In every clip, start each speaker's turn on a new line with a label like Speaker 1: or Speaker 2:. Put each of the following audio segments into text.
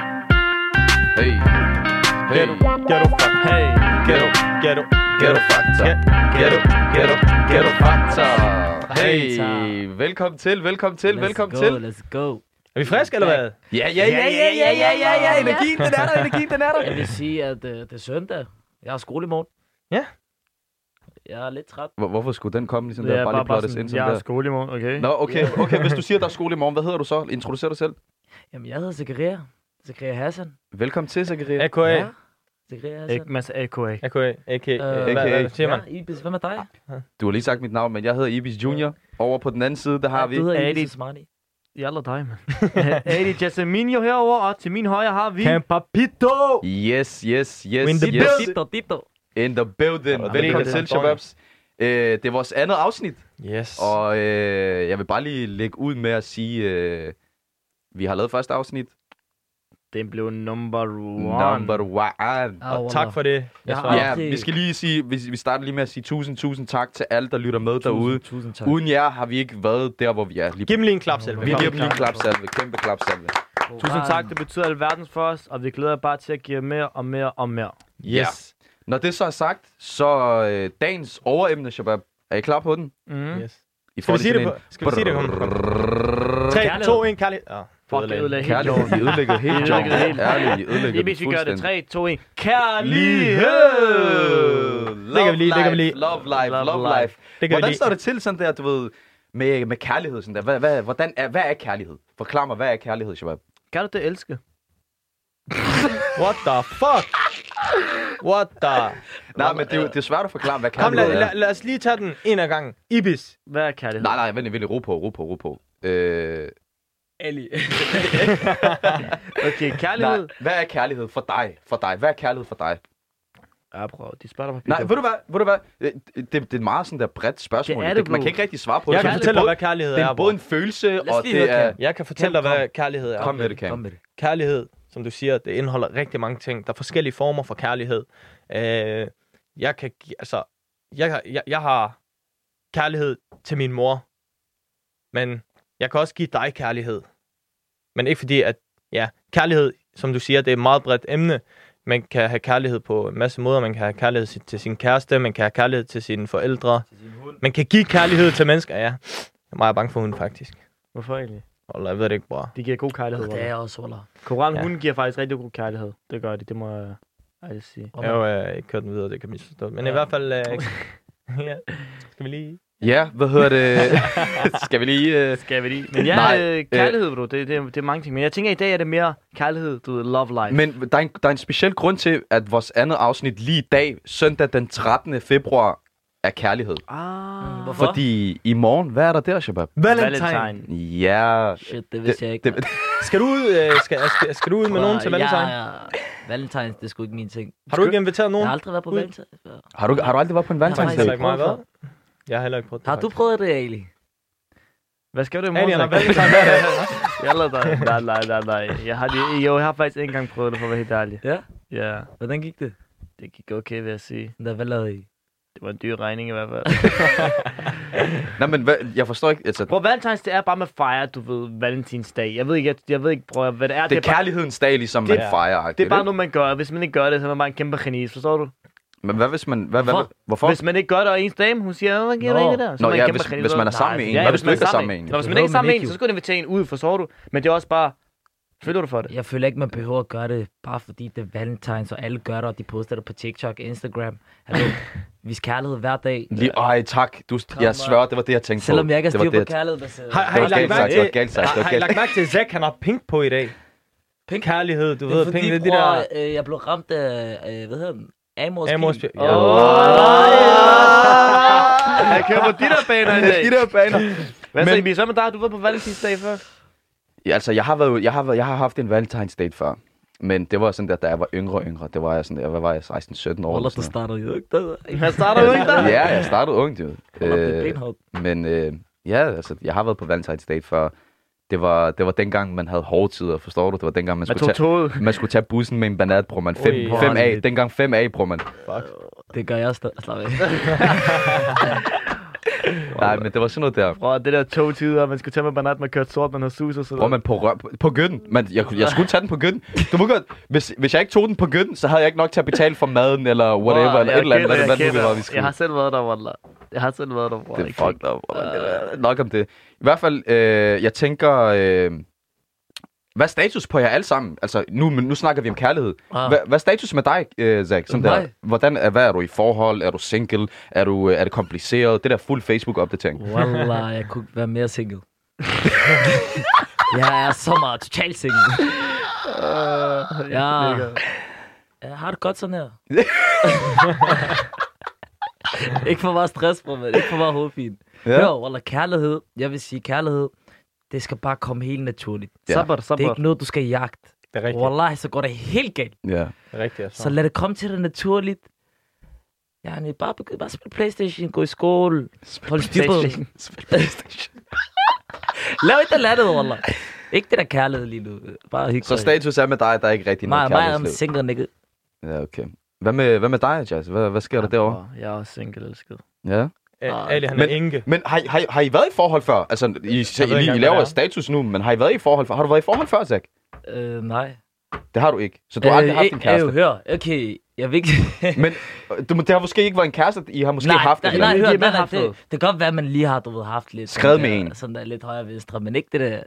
Speaker 1: Hey. Hey.
Speaker 2: Ghetto fuck.
Speaker 1: Hey. Ghetto.
Speaker 2: Ghetto.
Speaker 1: Ghetto Fakta.
Speaker 2: Get-
Speaker 1: Ghetto. Ghetto. Ghetto Fakta. Hey.
Speaker 3: Fakta.
Speaker 1: Velkommen til. Velkommen til.
Speaker 3: Let's
Speaker 1: Velkommen
Speaker 3: go,
Speaker 1: til.
Speaker 3: Let's go.
Speaker 2: Er vi friske, eller hvad?
Speaker 1: Ja, ja, ja, ja, ja, ja, ja, ja. Energien, den er der. Energien, den er der.
Speaker 3: Jeg vil sige, at øh, det er søndag. Jeg har skole i morgen.
Speaker 2: Ja.
Speaker 3: Jeg er lidt træt.
Speaker 1: Hvor- Hvorfor skulle den komme ligesom der? Bare lige plottes ind
Speaker 4: Jeg
Speaker 1: sådan
Speaker 4: har
Speaker 1: der.
Speaker 4: skole i morgen, okay?
Speaker 1: Nå, okay. Okay, hvis du siger, der er skole i morgen, hvad hedder du så? Introducer dig selv.
Speaker 3: Jamen, jeg hedder Zakaria. Zakaria Hassan.
Speaker 1: Velkommen til, Zakaria.
Speaker 2: AKA.
Speaker 3: Zakaria
Speaker 4: Ikke
Speaker 3: Hassan.
Speaker 4: masse AKA.
Speaker 2: AKA. AKA.
Speaker 3: Øh,
Speaker 2: Hvad- Hvad siger man?
Speaker 3: Ja, Ibis, hvad med dig?
Speaker 1: Du har lige sagt mit navn, men jeg hedder Ibis Junior. Over på den anden side, der har vi...
Speaker 3: Du hedder
Speaker 4: Adi.
Speaker 3: Ibis Smarty.
Speaker 4: Jalla dig, mand. Adi Jasminio herover og til min højre har vi...
Speaker 2: Camp Papito!
Speaker 1: Yes, yes, yes,
Speaker 2: In the
Speaker 1: yes.
Speaker 2: building.
Speaker 3: Dito, dito.
Speaker 1: In the building.
Speaker 2: Sådan.
Speaker 1: Velkommen
Speaker 2: Det er
Speaker 1: til,
Speaker 2: det.
Speaker 1: Shababs. Øh, det er vores andet afsnit,
Speaker 2: Yes.
Speaker 1: og øh, jeg vil bare lige lægge ud med at sige, øh, vi har lavet første afsnit.
Speaker 4: Den blev number one.
Speaker 1: Number one.
Speaker 3: Ah,
Speaker 2: Og
Speaker 3: wallah.
Speaker 2: tak for det.
Speaker 3: Jeg
Speaker 2: Jeg
Speaker 3: har-
Speaker 2: svarer.
Speaker 1: Ja,
Speaker 3: okay.
Speaker 1: vi skal lige sige, vi, vi starter lige med at sige tusind, tusind tak til alle, der lytter med
Speaker 3: Tusind,
Speaker 1: derude.
Speaker 3: Tusind tak.
Speaker 1: Uden jer har vi ikke været der, hvor vi er. Lige,
Speaker 2: Giv dem lige en klap selv.
Speaker 1: vi giver dem lige en klapsalve, kæmpe klapsalve.
Speaker 4: Tusind tak,
Speaker 3: Koran.
Speaker 4: det betyder alverden for os, og vi glæder jer bare til at give jer mere og mere og mere.
Speaker 2: Yes.
Speaker 1: Når det så er sagt, så øh, dagens overemne, Shabab. Er I klar på den?
Speaker 4: Mm.
Speaker 2: yes.
Speaker 1: I
Speaker 2: Skal
Speaker 1: får
Speaker 2: vi
Speaker 1: lige
Speaker 2: sige det
Speaker 1: sådan
Speaker 2: på? Skal vi sige det? Kom.
Speaker 1: en-
Speaker 2: 3,
Speaker 3: Kærlighed.
Speaker 2: 2, 1, kærlighed. Ah,
Speaker 4: Fuck, det
Speaker 2: ødelagde.
Speaker 4: ødelagde helt
Speaker 1: Kærlighed,
Speaker 4: jorden.
Speaker 1: I ødelægger helt
Speaker 4: I ødelægger
Speaker 1: jobben.
Speaker 4: det helt.
Speaker 1: Ærligt, I ødelægger
Speaker 4: Ibis, vi gør det.
Speaker 1: fuldstændig.
Speaker 4: 3, 2, 1.
Speaker 1: Lighed!
Speaker 4: Kærlighed!
Speaker 2: Lægger vi lige, lægger vi lige.
Speaker 1: Love life,
Speaker 4: Love
Speaker 1: love life.
Speaker 4: life.
Speaker 2: Det kan vi
Speaker 1: Hvordan
Speaker 2: lige.
Speaker 1: står det til sådan der, du ved, med, med kærlighed sådan der? Hvad, hvad, hvordan er, hvad er kærlighed? Forklar mig, hvad er kærlighed, Shabab?
Speaker 4: Kan du det elske?
Speaker 2: What the fuck? What the...
Speaker 1: Nej, men det, er jo- det er svært at forklare, hvad
Speaker 2: Kom,
Speaker 1: kærlighed
Speaker 2: lad,
Speaker 1: er.
Speaker 2: lad, lad os lige tage den en af gangen. Ibis.
Speaker 4: Hvad er kærlighed?
Speaker 1: Nej, nej, vent lige, vent lige, ro på, ro på, ro på. Øh,
Speaker 3: Ali.
Speaker 4: Okay,
Speaker 1: nej,
Speaker 4: kærlighed.
Speaker 1: hvad er kærlighed for dig? For dig, hvad er kærlighed for dig?
Speaker 4: Ja, bror, de spørger dig på
Speaker 1: Nej, ved du hvad, ved du hvad? Øh, Det, det er et meget sådan der bredt spørgsmål.
Speaker 4: Det er det,
Speaker 1: man
Speaker 4: bro.
Speaker 1: kan ikke rigtig svare på
Speaker 2: Jeg
Speaker 1: det.
Speaker 2: kan
Speaker 1: fordi
Speaker 2: fortælle
Speaker 1: det
Speaker 2: dig,
Speaker 1: er
Speaker 2: hvad kærlighed
Speaker 1: både, det
Speaker 2: er,
Speaker 1: er
Speaker 2: bror.
Speaker 1: både en følelse,
Speaker 3: Lad os
Speaker 1: og
Speaker 3: lige høre,
Speaker 1: det er...
Speaker 3: Cam.
Speaker 2: Jeg kan fortælle dig,
Speaker 3: Cam,
Speaker 2: hvad kærlighed er.
Speaker 1: Kom med det, Cam.
Speaker 3: Kom med det.
Speaker 2: Kærlighed, som du siger, det indeholder rigtig mange ting. Der er forskellige former for kærlighed. Øh, jeg kan, gi- altså, jeg, har- jeg, jeg har kærlighed til min mor, men jeg kan også give dig kærlighed. Men ikke fordi, at ja, kærlighed, som du siger, det er et meget bredt emne. Man kan have kærlighed på en masse måder. Man kan have kærlighed si- til sin kæreste, man kan have kærlighed til sine forældre. Man kan give kærlighed til mennesker, ja. Jeg er meget bange for hunden, faktisk.
Speaker 4: Hvorfor egentlig?
Speaker 2: Eller jeg ved det ikke, bror.
Speaker 4: De giver god kærlighed.
Speaker 3: Det er
Speaker 4: bror.
Speaker 3: jeg også, Wallah.
Speaker 4: Koran,
Speaker 2: Ja.
Speaker 4: ja. hun giver faktisk rigtig god kærlighed. Det gør de, det må jeg ærligt sige.
Speaker 3: Wallah.
Speaker 2: Jeg har jo øh, ikke kørt den videre, det kan misforstås. Men ja.
Speaker 3: Ja.
Speaker 2: i hvert fald... Øh, ja. Skal vi lige...
Speaker 1: Ja, hvad hedder det? Skal vi lige... Øh...
Speaker 4: Skal vi lige? Men ja,
Speaker 1: Nej,
Speaker 4: Nej, øh, kærlighed, bro, det, det, er- det er mange ting. Men jeg tænker, i dag er det mere kærlighed, du ved, love life. Men,
Speaker 1: Men der er, en, der er en speciel grund til, at vores andet afsnit lige i dag, søndag den 13. februar, er kærlighed.
Speaker 4: ah,
Speaker 3: Mm, Hvorfor?
Speaker 1: Fordi i morgen, hvad er der der, Shabab?
Speaker 4: Valentine.
Speaker 1: Ja...
Speaker 3: Shit, det vidste jeg ikke.
Speaker 1: det,
Speaker 2: Skal du ud, øh, skal, skal, skal du ud med nogen til Valentine? Ja, ja.
Speaker 3: Ja, Valentines, det er sgu ikke min ting.
Speaker 2: Har du ikke inviteret
Speaker 3: Jeg
Speaker 2: nogen?
Speaker 3: har aldrig været på
Speaker 2: Ud.
Speaker 3: Valentine.
Speaker 1: har, du, har du aldrig været på en Valentine's
Speaker 3: faktisk
Speaker 2: heller
Speaker 1: Day?
Speaker 2: ikke meget
Speaker 3: prøvet
Speaker 2: godt. Jeg har heller ikke prøvet det.
Speaker 3: Har du prøvet det, Ali?
Speaker 4: Hvad skal du i morgen?
Speaker 2: Alien og
Speaker 4: Zach?
Speaker 2: Valentine hver dag.
Speaker 4: Jeg lader dig. Nej, nej, nej, nej. Jeg har lige, jo, jeg har faktisk ikke engang prøvet det, for at være helt ærlig.
Speaker 3: Ja?
Speaker 4: Ja,
Speaker 3: Hvordan gik det?
Speaker 4: det gik okay, vil jeg sige.
Speaker 3: Nå, Hvad lavede I?
Speaker 4: Det var en dyr regning i hvert fald.
Speaker 1: Nej, men hvad, jeg forstår ikke... Altså, det
Speaker 4: Bro, Valentines, det er bare med fejre, du ved, Valentinsdag. Jeg ved ikke, jeg, jeg ved ikke, bror, hvad det er.
Speaker 1: er
Speaker 4: bare,
Speaker 1: kærlighedens dag, ligesom
Speaker 4: det-
Speaker 1: man fejrer.
Speaker 4: det er bare noget, man gør. Hvis man ikke gør det, så er man bare en kæmpe genis, forstår du?
Speaker 1: Men hvad hvis man... Hvad, hvad,
Speaker 3: Hvorfor?
Speaker 1: hvorfor?
Speaker 4: Hvis man ikke gør det, og ens dame, hun siger, hvad giver
Speaker 3: Nå.
Speaker 4: det ikke der? Så
Speaker 1: Nå,
Speaker 4: er man en
Speaker 1: ja,
Speaker 4: kæmpe
Speaker 1: hvis-
Speaker 4: genis,
Speaker 1: hvis man er
Speaker 4: så-
Speaker 1: sammen med en.
Speaker 4: Ja,
Speaker 1: Hvad hvis man ikke er sammen med en?
Speaker 4: Nå, hvis man
Speaker 3: Det
Speaker 4: ikke er
Speaker 3: behøver
Speaker 4: sammen med
Speaker 3: man
Speaker 4: en, så
Speaker 3: ikke,
Speaker 4: skal du invitere en ud, forstår du? Men det er også bare, føler du for det?
Speaker 3: Jeg føler ikke, man behøver at gøre det, bare fordi det er valentines, og alle gør det, og de poster det på TikTok og Instagram. Hallo, vis kærlighed hver dag.
Speaker 1: Lige, ej, tak. Du, jeg svær, det var det, jeg tænkte
Speaker 3: Selvom jeg ikke
Speaker 1: på.
Speaker 3: er styr
Speaker 1: det var
Speaker 3: på
Speaker 1: det, jeg-
Speaker 3: kærlighed, der sidder.
Speaker 2: Har, har, I
Speaker 1: Det var
Speaker 2: lagt
Speaker 1: galt
Speaker 2: mærke
Speaker 1: sagt, det var galt
Speaker 2: til,
Speaker 1: sagt, det
Speaker 2: har,
Speaker 1: var
Speaker 2: har I
Speaker 1: galt.
Speaker 2: lagt mærke til, at Zack, han har pink på i dag? Pink? Kærlighed, du
Speaker 3: Det er
Speaker 2: ved, pink,
Speaker 3: fordi,
Speaker 2: det er
Speaker 3: bror,
Speaker 2: de der...
Speaker 3: øh, jeg blev ramt af, øh, hvad hedder den? Amors,
Speaker 2: Amors...
Speaker 3: pil.
Speaker 2: Ja.
Speaker 4: Jeg kører på de der baner i dag.
Speaker 1: De der baner.
Speaker 4: Hvad så,
Speaker 1: Men-
Speaker 4: Emil? Hvad med dig? Du var på Valentinsdag før.
Speaker 1: Ja, altså, jeg har, været, jeg, har, været- jeg har haft en Valentine's date før. Men det var sådan der, da jeg var yngre yngre. Det var jeg sådan der, hvad var jeg, 16-17 år? eller
Speaker 3: Wallah, du
Speaker 1: sådan noget.
Speaker 3: starter jo ikke altså. der.
Speaker 4: Jeg starter jo ikke der.
Speaker 1: Ja, jeg startede ungt, jo.
Speaker 3: Wallah, det er
Speaker 1: Øh,
Speaker 3: benhårdt.
Speaker 1: men øh, ja, altså, jeg har været på Valentine's date før. Det var, det var dengang, man havde hårde tider, forstår du? Det var dengang, man
Speaker 4: Man
Speaker 1: skulle,
Speaker 4: tog
Speaker 1: tage,
Speaker 4: toget.
Speaker 1: man skulle tage bussen med en banat, bror man. 5,
Speaker 2: Ui.
Speaker 1: 5A, dengang 5A, bror man.
Speaker 3: Det gør jeg stadig. Slap af.
Speaker 1: Nej, men det var sådan noget der.
Speaker 4: Bror, det der togtider, man skulle tage med banat, man kørte sort, man havde sus og sådan
Speaker 1: Bror, man på, røv, på, på gønnen. Man, jeg, jeg skulle tage den på gønnen. Du må godt, hvis, hvis jeg ikke tog den på gønnen, så havde jeg ikke nok til at betale for maden, eller whatever, eller et eller andet. hvad det-
Speaker 4: Jeg,
Speaker 1: hvad det nu var,
Speaker 4: kender,
Speaker 1: vi
Speaker 4: jeg,
Speaker 1: skulle.
Speaker 4: jeg har selv været der, Wallah. Jeg har selv været der, bror.
Speaker 1: Det er
Speaker 4: Jeg kan
Speaker 1: fucked up. brother. Det er- Nok om det. I hvert fald, øh, jeg tænker... Øh, hvad er status på jer alle sammen? Altså, nu, men nu snakker vi om kærlighed.
Speaker 3: Ah.
Speaker 1: Hvad, hvad er status med dig, øh, Zach? Sådan der.
Speaker 3: Mig?
Speaker 1: Hvordan, er, hvad er du i forhold? Er du single? Er, du, øh, er det kompliceret? Det der fuld Facebook-opdatering.
Speaker 3: Wallah, jeg kunne ikke være mere single. jeg er så meget totalt
Speaker 1: Øh,
Speaker 3: single.
Speaker 4: ikke- Øh,
Speaker 3: Ja.
Speaker 4: det ligger-
Speaker 3: Jeg har det godt sådan her. ikke for meget stress, bror, men ikke for meget hovedpine.
Speaker 1: Ja.
Speaker 3: Ja. Jo, Wallah, kærlighed. Jeg vil sige kærlighed. Det skal bare komme helt naturligt.
Speaker 1: Ja.
Speaker 4: Sabbar,
Speaker 3: Det er
Speaker 4: sabbar.
Speaker 3: ikke noget, du skal jagte.
Speaker 2: Det er rigtigt.
Speaker 3: Wallah, så går det helt galt.
Speaker 1: Ja.
Speaker 2: Det er rigtigt, altså.
Speaker 3: Så lad det komme til dig naturligt. Ja, nej, bare begynd bare at spille Playstation, gå i skole, hold styr på. Lav et eller andet, Wallah. Ikke det der kærlighed lige nu. Bare hygge
Speaker 1: Så status er med dig, der er ikke rigtig
Speaker 3: mig,
Speaker 1: noget
Speaker 3: mig om
Speaker 1: kærlighedsliv.
Speaker 3: single nigga.
Speaker 1: Ja, okay. Hvad med, hvad med dig, Jazz? Hvad, hvad sker der derovre?
Speaker 4: Bror, Jeg er også single, elsket.
Speaker 1: Ja.
Speaker 2: Øh, Ali, han
Speaker 1: Men-
Speaker 2: er enke.
Speaker 1: Men har, I- har, I- har I været i forhold før? Altså, I, I,
Speaker 2: ikke
Speaker 1: I, I
Speaker 2: engang, hvad det
Speaker 1: laver
Speaker 2: er.
Speaker 1: status nu, men har I været i forhold før? Har du været i forhold før, Zach?
Speaker 3: Øh, nej.
Speaker 1: Det har du ikke. Så du har aldrig haft en kæreste.
Speaker 3: Øh, hør, okay, jeg vil ikke...
Speaker 1: Men øh, du, må- det har måske ikke været en kæreste, I har måske
Speaker 3: nej,
Speaker 1: haft
Speaker 3: nej,
Speaker 1: et
Speaker 3: nej,
Speaker 1: eller
Speaker 3: hør,
Speaker 4: Vi har
Speaker 3: nej, nej,
Speaker 4: haft
Speaker 3: det,
Speaker 4: noget.
Speaker 3: det kan godt være, at man lige har, du ved, haft lidt...
Speaker 1: Skrevet
Speaker 3: sådan
Speaker 1: med
Speaker 3: der-
Speaker 1: en.
Speaker 3: Sådan der lidt højre og venstre, men ikke det der...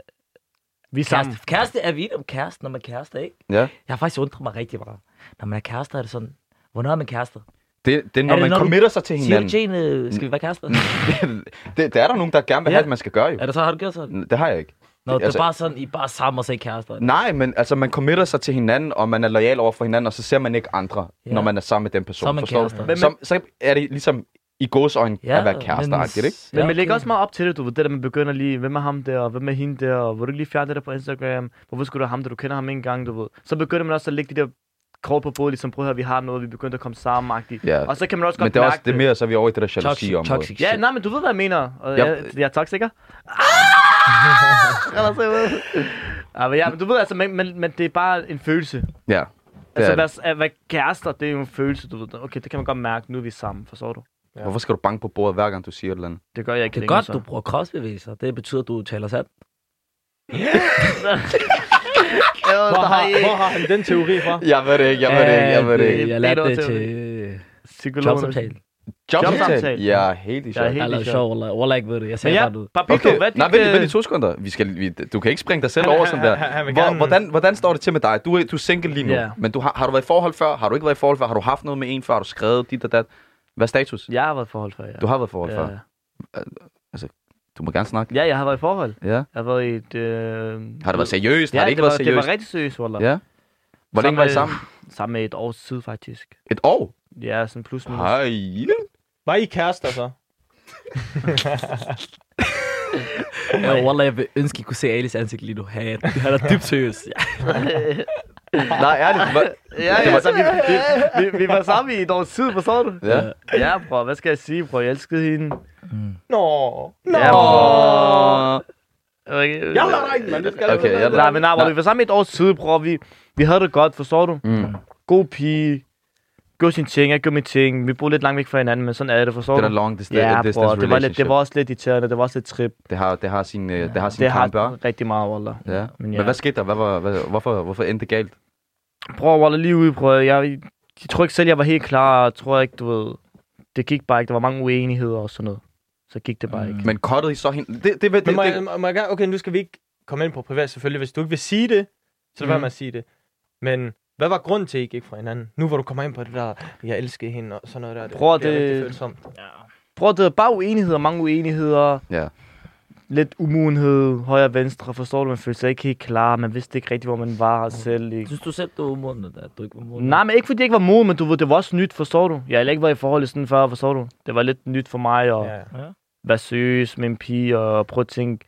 Speaker 4: Vi er sammen.
Speaker 3: Kæreste, kæreste er vidt om kæreste, når man er kærester, ikke?
Speaker 1: Ja.
Speaker 3: Jeg har faktisk undret mig rigtig meget. Når man er kærester, er det sådan... Hvornår er man kærester?
Speaker 1: Det, det er, når
Speaker 3: Er det,
Speaker 1: man
Speaker 3: når du-
Speaker 1: committer sig til
Speaker 3: Siger du
Speaker 1: hinanden.
Speaker 3: til en, øh, skal vi være kærester?
Speaker 1: Mm. det, det er der nogen, der gerne vil have,
Speaker 3: Ja.
Speaker 1: at man skal gøre jo.
Speaker 3: er det så, har du gjort sådan?
Speaker 1: Det har jeg ikke.
Speaker 3: Nå, det
Speaker 1: Mm. altså-
Speaker 3: er bare sådan, I er bare sammen og så er I kærester.
Speaker 1: Nej, men altså, man committer sig til hinanden, og man er lojal over for hinanden, og så ser man ikke andre,
Speaker 3: Ja.
Speaker 1: når man er sammen med den
Speaker 3: Så er
Speaker 1: person.
Speaker 3: man
Speaker 1: forstår
Speaker 3: kærester.
Speaker 1: du?
Speaker 4: Men-
Speaker 1: Som, så er det ligesom i gåsøjne ja, at være kærester, ikke?
Speaker 4: Men man lægger også meget op til det, du ved, det der, man begynder lige, hvem er ham der, og hvem er hende der, og vil du ikke lige fjerne det der på Instagram, hvorfor skulle du have ham der, du kender ham ikke engang, du ved. Så begynder man også at lægge de der kort på bordet, ligesom, prøv at høre, vi har noget, vi begynder at komme sammen, -agtigt.
Speaker 1: Ja.
Speaker 4: Og så kan man også
Speaker 1: Men
Speaker 4: godt
Speaker 1: det er
Speaker 4: mærke
Speaker 1: også det er mere, så er vi over i det der
Speaker 3: Toxic,
Speaker 1: jalousi-område.
Speaker 3: toxic
Speaker 4: Ja,
Speaker 3: shit.
Speaker 4: nej, men du ved, hvad jeg mener. Og
Speaker 1: Jeg-
Speaker 4: jeg, jeg, er toxiker. Ah! Eller så ved. Ja, men, ja, men du ved altså, men, men, men det er bare en følelse.
Speaker 1: Ja. Det
Speaker 4: altså,
Speaker 1: er det.
Speaker 4: hvad, at være kærester, det er jo en følelse, du ved. Okay, det kan man godt mærke, nu er vi sammen, forstår du?
Speaker 1: Hvorfor skal du banke på bordet, hver gang du siger et eller andet?
Speaker 4: Det gør jeg ikke
Speaker 3: Det er
Speaker 4: længere,
Speaker 3: godt,
Speaker 4: så.
Speaker 3: du bruger kropsbevægelser. Det betyder, at du taler sandt.
Speaker 4: Ja,
Speaker 2: Hvor har,
Speaker 4: nej.
Speaker 2: hvor har han den teori fra?
Speaker 1: Jeg ved det ikke, jeg ved det ikke, jeg ved det ikke.
Speaker 3: Jeg
Speaker 4: Øh, Det
Speaker 3: lærte
Speaker 4: er
Speaker 3: det
Speaker 4: noget
Speaker 3: til
Speaker 4: Psykologerne.
Speaker 3: jobsamtale.
Speaker 1: Jobsamtale?
Speaker 4: Jobsamtale.
Speaker 1: Ja, helt i
Speaker 4: Jeg er
Speaker 1: chok.
Speaker 4: helt
Speaker 3: Jeg
Speaker 4: i
Speaker 3: lavede
Speaker 4: chok.
Speaker 3: sjov, Wallah. Wallah ikke ved det. Jeg
Speaker 4: Men
Speaker 3: sagde
Speaker 4: ja,
Speaker 3: bare noget.
Speaker 4: Papito, hvad er
Speaker 1: nej,
Speaker 4: dit,
Speaker 1: vent,
Speaker 4: øh,
Speaker 1: vent i to sekunder. Vi skal, vi, du kan ikke springe dig selv
Speaker 2: Han-
Speaker 1: over
Speaker 2: han-
Speaker 1: sådan der.
Speaker 2: han- han vil
Speaker 1: Hvor,
Speaker 2: gerne-
Speaker 1: hvordan, hvordan står det til med dig? Du, er- du er single lige nu,
Speaker 4: Ja.
Speaker 1: men du har, har du været i forhold før? Har du ikke været i forhold før? Har du haft noget med en før? Har du skrevet dit og dat? Hvad er status?
Speaker 4: Jeg har været i forhold før, ja.
Speaker 1: Du har været i forhold
Speaker 4: ja.
Speaker 1: før. Du må gerne snakke.
Speaker 4: Ja, jeg har været i forhold.
Speaker 1: Ja.
Speaker 4: Jeg har været i et... Øh...
Speaker 1: Har det været seriøst?
Speaker 4: Ja,
Speaker 1: har det ikke været
Speaker 4: var, det
Speaker 1: seriøst?
Speaker 4: var rigtig øh, seriøst, Wallah.
Speaker 1: Ja. Hvor længe
Speaker 4: Sammen
Speaker 1: var I
Speaker 4: med-
Speaker 1: sammen?
Speaker 4: Sammen med et års tid, faktisk.
Speaker 1: Et år?
Speaker 4: Ja, sådan plus minus.
Speaker 1: Hej.
Speaker 2: Var I kærester så?
Speaker 3: Ja, Wallah, jeg vil ønske, I kunne se Alis ansigt lige nu. Han han er dybt seriøs. Ja.
Speaker 1: Nej, ærligt. Hvor,
Speaker 4: Ja, ja, altså, vi, vi, vi, vi var sammen i et års tid, forstår du?
Speaker 1: ja.
Speaker 4: Ja, bror, hvad skal jeg sige, bror? Jeg elskede hende.
Speaker 2: Nå. Nå.
Speaker 4: Ja, bror. Okay.
Speaker 2: Jeg lader dig ikke, mand. Det skal
Speaker 1: Okay, jeg
Speaker 4: øh, Nej, men nej, bror, vi var sammen i et års tid, bror. Vi, vi havde det godt, forstår du?
Speaker 1: Mm.
Speaker 4: God pige. Gå sin ting, jeg gjorde min ting. Vi boede lidt langt væk fra hinanden, men sådan er det, forstår
Speaker 1: Det er
Speaker 4: du?
Speaker 1: en long distance,
Speaker 4: Ja,
Speaker 1: distance
Speaker 4: bror, det var, lidt,
Speaker 1: relationship.
Speaker 4: det var også lidt irriterende, det var også lidt trip.
Speaker 1: det, har, det har sin, øh, det har sin
Speaker 4: Det har
Speaker 1: kamp, ja.
Speaker 4: rigtig meget, Wallah.
Speaker 1: Ja. Men,
Speaker 4: Men
Speaker 1: ja.
Speaker 4: ja.
Speaker 1: Men hvad skete der? Hvad var, hvad, hvorfor, hvorfor endte det galt?
Speaker 4: Bror, Wallah, lige ude, bror. Jeg, jeg tror ikke selv, jeg var helt klar. Jeg tror ikke, du ved... Det gik bare ikke. Der var mange uenigheder og sådan noget. Så gik det bare ikke.
Speaker 1: Men kottede I så hende? Det, det, det, det,
Speaker 2: Men må,
Speaker 1: det,
Speaker 2: jeg- må, må jeg gerne, okay, nu skal vi ikke komme ind på privat selvfølgelig. Hvis du ikke vil sige det, så lad være med at sige det. Men hvad var grunden til, at I gik fra hinanden? Nu hvor du kommer ind på det der, jeg elskede hende og sådan noget der.
Speaker 4: Bror,
Speaker 2: bliver
Speaker 4: det-
Speaker 2: rigtig følsomt.
Speaker 4: Bror, det er bare uenigheder, mange uenigheder.
Speaker 1: Ja.
Speaker 4: Lidt umulighed, højre og venstre, forstår du? Man følte sig ikke helt klar, man vidste ikke rigtigt, hvor man var selv. Ikke?
Speaker 3: Synes du selv, du er umoden, at du ikke var moden?
Speaker 4: Nej, men ikke fordi jeg ikke var moden, men du ved, det var også nyt, forstår du? Jeg har heller ikke været i forhold til sådan før, forstår du? Det var lidt nyt for mig at
Speaker 2: Ja, ja.
Speaker 4: være seriøs med en pige og prøve at tænke,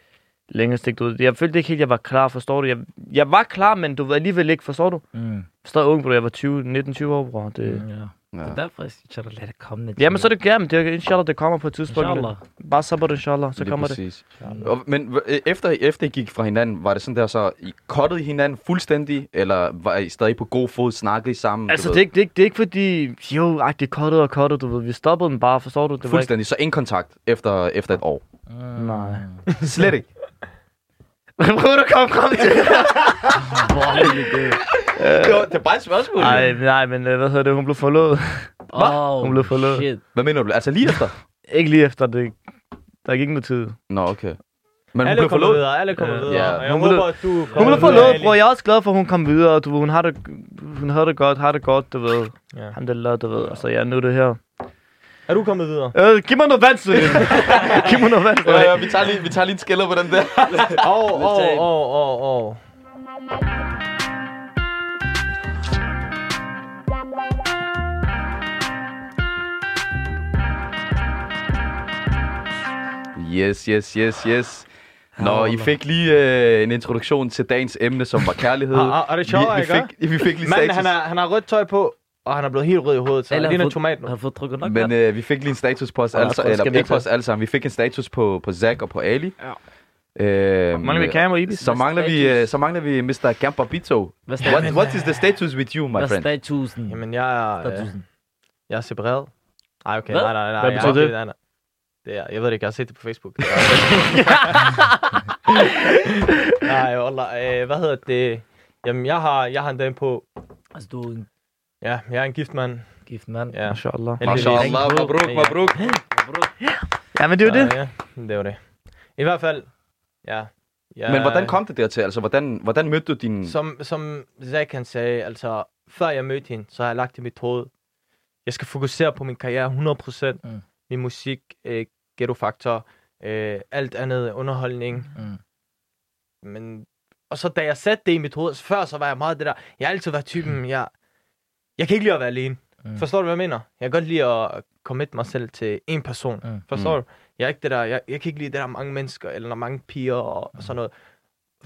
Speaker 4: længere sigt ud. Jeg følte ikke helt, jeg var klar, forstår du? Jeg, jeg var klar, men du var alligevel ikke, forstår du?
Speaker 3: Mm.
Speaker 4: Stadig ung, bror. Jeg var 20, 19-20 år, bror. Det... Mm.
Speaker 3: Ja.
Speaker 1: Ja.
Speaker 3: Det er derfor, jeg synes, at lad det komme.
Speaker 4: Jamen, så er det gerne. Det er, inshallah, det kommer på et tidspunkt.
Speaker 3: Inshallah.
Speaker 4: Bare sabbat, inshallah. Så
Speaker 1: Lige
Speaker 4: kommer det.
Speaker 1: præcis. det. Og, men h- øh, efter, efter I gik fra hinanden, var det sådan der så, I kottede hinanden fuldstændig, eller var I stadig på god fod, snakkede I sammen? du
Speaker 4: Altså,
Speaker 1: ved?
Speaker 4: det er, ikke, det, er ikke, det er ikke fordi, jo, ej, det kottede og kottede, du ved. Vi stoppede den bare, forstår du? Det var ikke...
Speaker 1: Fuldstændig, så ingen kontakt efter, efter et år.
Speaker 3: Mm.
Speaker 4: Nej.
Speaker 1: Slet ikke.
Speaker 4: Prøv at komme frem til.
Speaker 1: det,
Speaker 4: Øh,
Speaker 1: var, det er bare et spørgsmål.
Speaker 4: Ej, men- nej, men øh, hvad hedder det? Hun blev forlovet.
Speaker 3: Oh,
Speaker 4: Hun blev forlovet.
Speaker 3: Shit.
Speaker 1: Hvad mener du? Altså lige efter?
Speaker 4: ikke lige efter det. Der gik ikke noget tid.
Speaker 1: Nå, okay. Men hun
Speaker 2: Alle
Speaker 1: blev
Speaker 2: kommer
Speaker 1: forlovet?
Speaker 2: videre, alle kommer videre.
Speaker 1: Ja,
Speaker 2: og jeg
Speaker 4: hun
Speaker 2: håber,
Speaker 4: blev-
Speaker 2: at du kommer
Speaker 4: Hun blev
Speaker 2: videre,
Speaker 4: forlovet,
Speaker 2: Ali.
Speaker 4: bror. Jeg er også glad for, at hun kom videre. og Du ved, hun har det, hun havde det godt, har det godt, du ved.
Speaker 2: Ja.
Speaker 4: Alhamdulillah, du ved. Altså, jeg er nu er det her.
Speaker 2: Er du kommet videre?
Speaker 4: Øh, giv mig noget vand, Søren. giv mig noget vand.
Speaker 1: Ja, ja, Øh, vi tager lige, vi tager lige en skiller på den der.
Speaker 2: Åh, åh,
Speaker 3: tage den.
Speaker 2: åh, åh, åh.
Speaker 1: Yes, yes, yes, yes. Nå, I fik lige øh, en introduktion til dagens emne, som var kærlighed.
Speaker 2: Ah, ah, er det sjovt,
Speaker 1: vi, vi,
Speaker 2: ikke?
Speaker 1: fik, vi fik lige
Speaker 2: Manden,
Speaker 1: status.
Speaker 2: han har, han har rødt tøj på, og han er blevet helt rød i hovedet, så han
Speaker 3: Eller
Speaker 2: ligner
Speaker 3: har
Speaker 2: en tomat nu.
Speaker 3: fået, har fået drukket nok
Speaker 1: Men
Speaker 3: vand.
Speaker 1: øh, vi fik lige en status på os alle
Speaker 4: Rasmus,
Speaker 1: sammen. Eller
Speaker 4: skal vi
Speaker 1: ikke på
Speaker 4: tage-
Speaker 1: os alle sammen. Vi fik en status på, på Zack og på Ali. Ja. Øh,
Speaker 4: Mangler vi Cam og Ibis?
Speaker 1: Så mangler, vi, øh, så mangler vi Mr. Gambarbito.
Speaker 3: Hvad status?
Speaker 1: What, what is the status with you, my
Speaker 3: Hvad
Speaker 1: friend?
Speaker 3: statusen?
Speaker 2: Jamen, jeg er, øh,
Speaker 3: Statusen.
Speaker 2: jeg er separeret. Nej, okay,
Speaker 3: Hvad?
Speaker 2: nej, nej, nej.
Speaker 4: Hvad
Speaker 2: jeg-
Speaker 4: betyder det?
Speaker 2: Nej, nej. Det er, jeg ved det ikke, jeg har set det på Facebook. nej, wallah. Øh, hvad hedder det? Jamen, jeg har, jeg har en dame på.
Speaker 3: Altså, du er en
Speaker 2: Ja, jeg er en gift mand.
Speaker 3: gift mand.
Speaker 2: Ja,
Speaker 4: Mashallah.
Speaker 2: heldigvis.
Speaker 1: Mashallah, mabruk, mabruk.
Speaker 4: Ja, men det er jo
Speaker 2: Så,
Speaker 4: det.
Speaker 2: Ja, det var det. I hvert fald, ja. ja
Speaker 1: Men hvordan kom det dertil? Altså, hvordan, hvordan mødte du din...
Speaker 2: Som, som Zach han sagde, altså, før jeg mødte hende, så har jeg lagt i mit hoved, jeg skal fokusere på min karriere 100%,
Speaker 3: Mm.
Speaker 2: mm. min musik, øh, ghetto faktor, øh, alt andet, underholdning.
Speaker 3: Mm.
Speaker 2: Men, og så da jeg satte det i mit hoved, så før så var jeg meget det der, jeg har altid været typen, jeg, jeg kan ikke lide at være alene.
Speaker 3: Mm.
Speaker 2: Mm. Forstår du, hvad jeg mener? Jeg kan godt lide at commit mig selv til en person.
Speaker 3: Mm.
Speaker 2: Mm. Forstår du? Jeg er ikke det der, jeg, jeg kan ikke lide det der mange mennesker, eller når mange piger og, og sådan noget.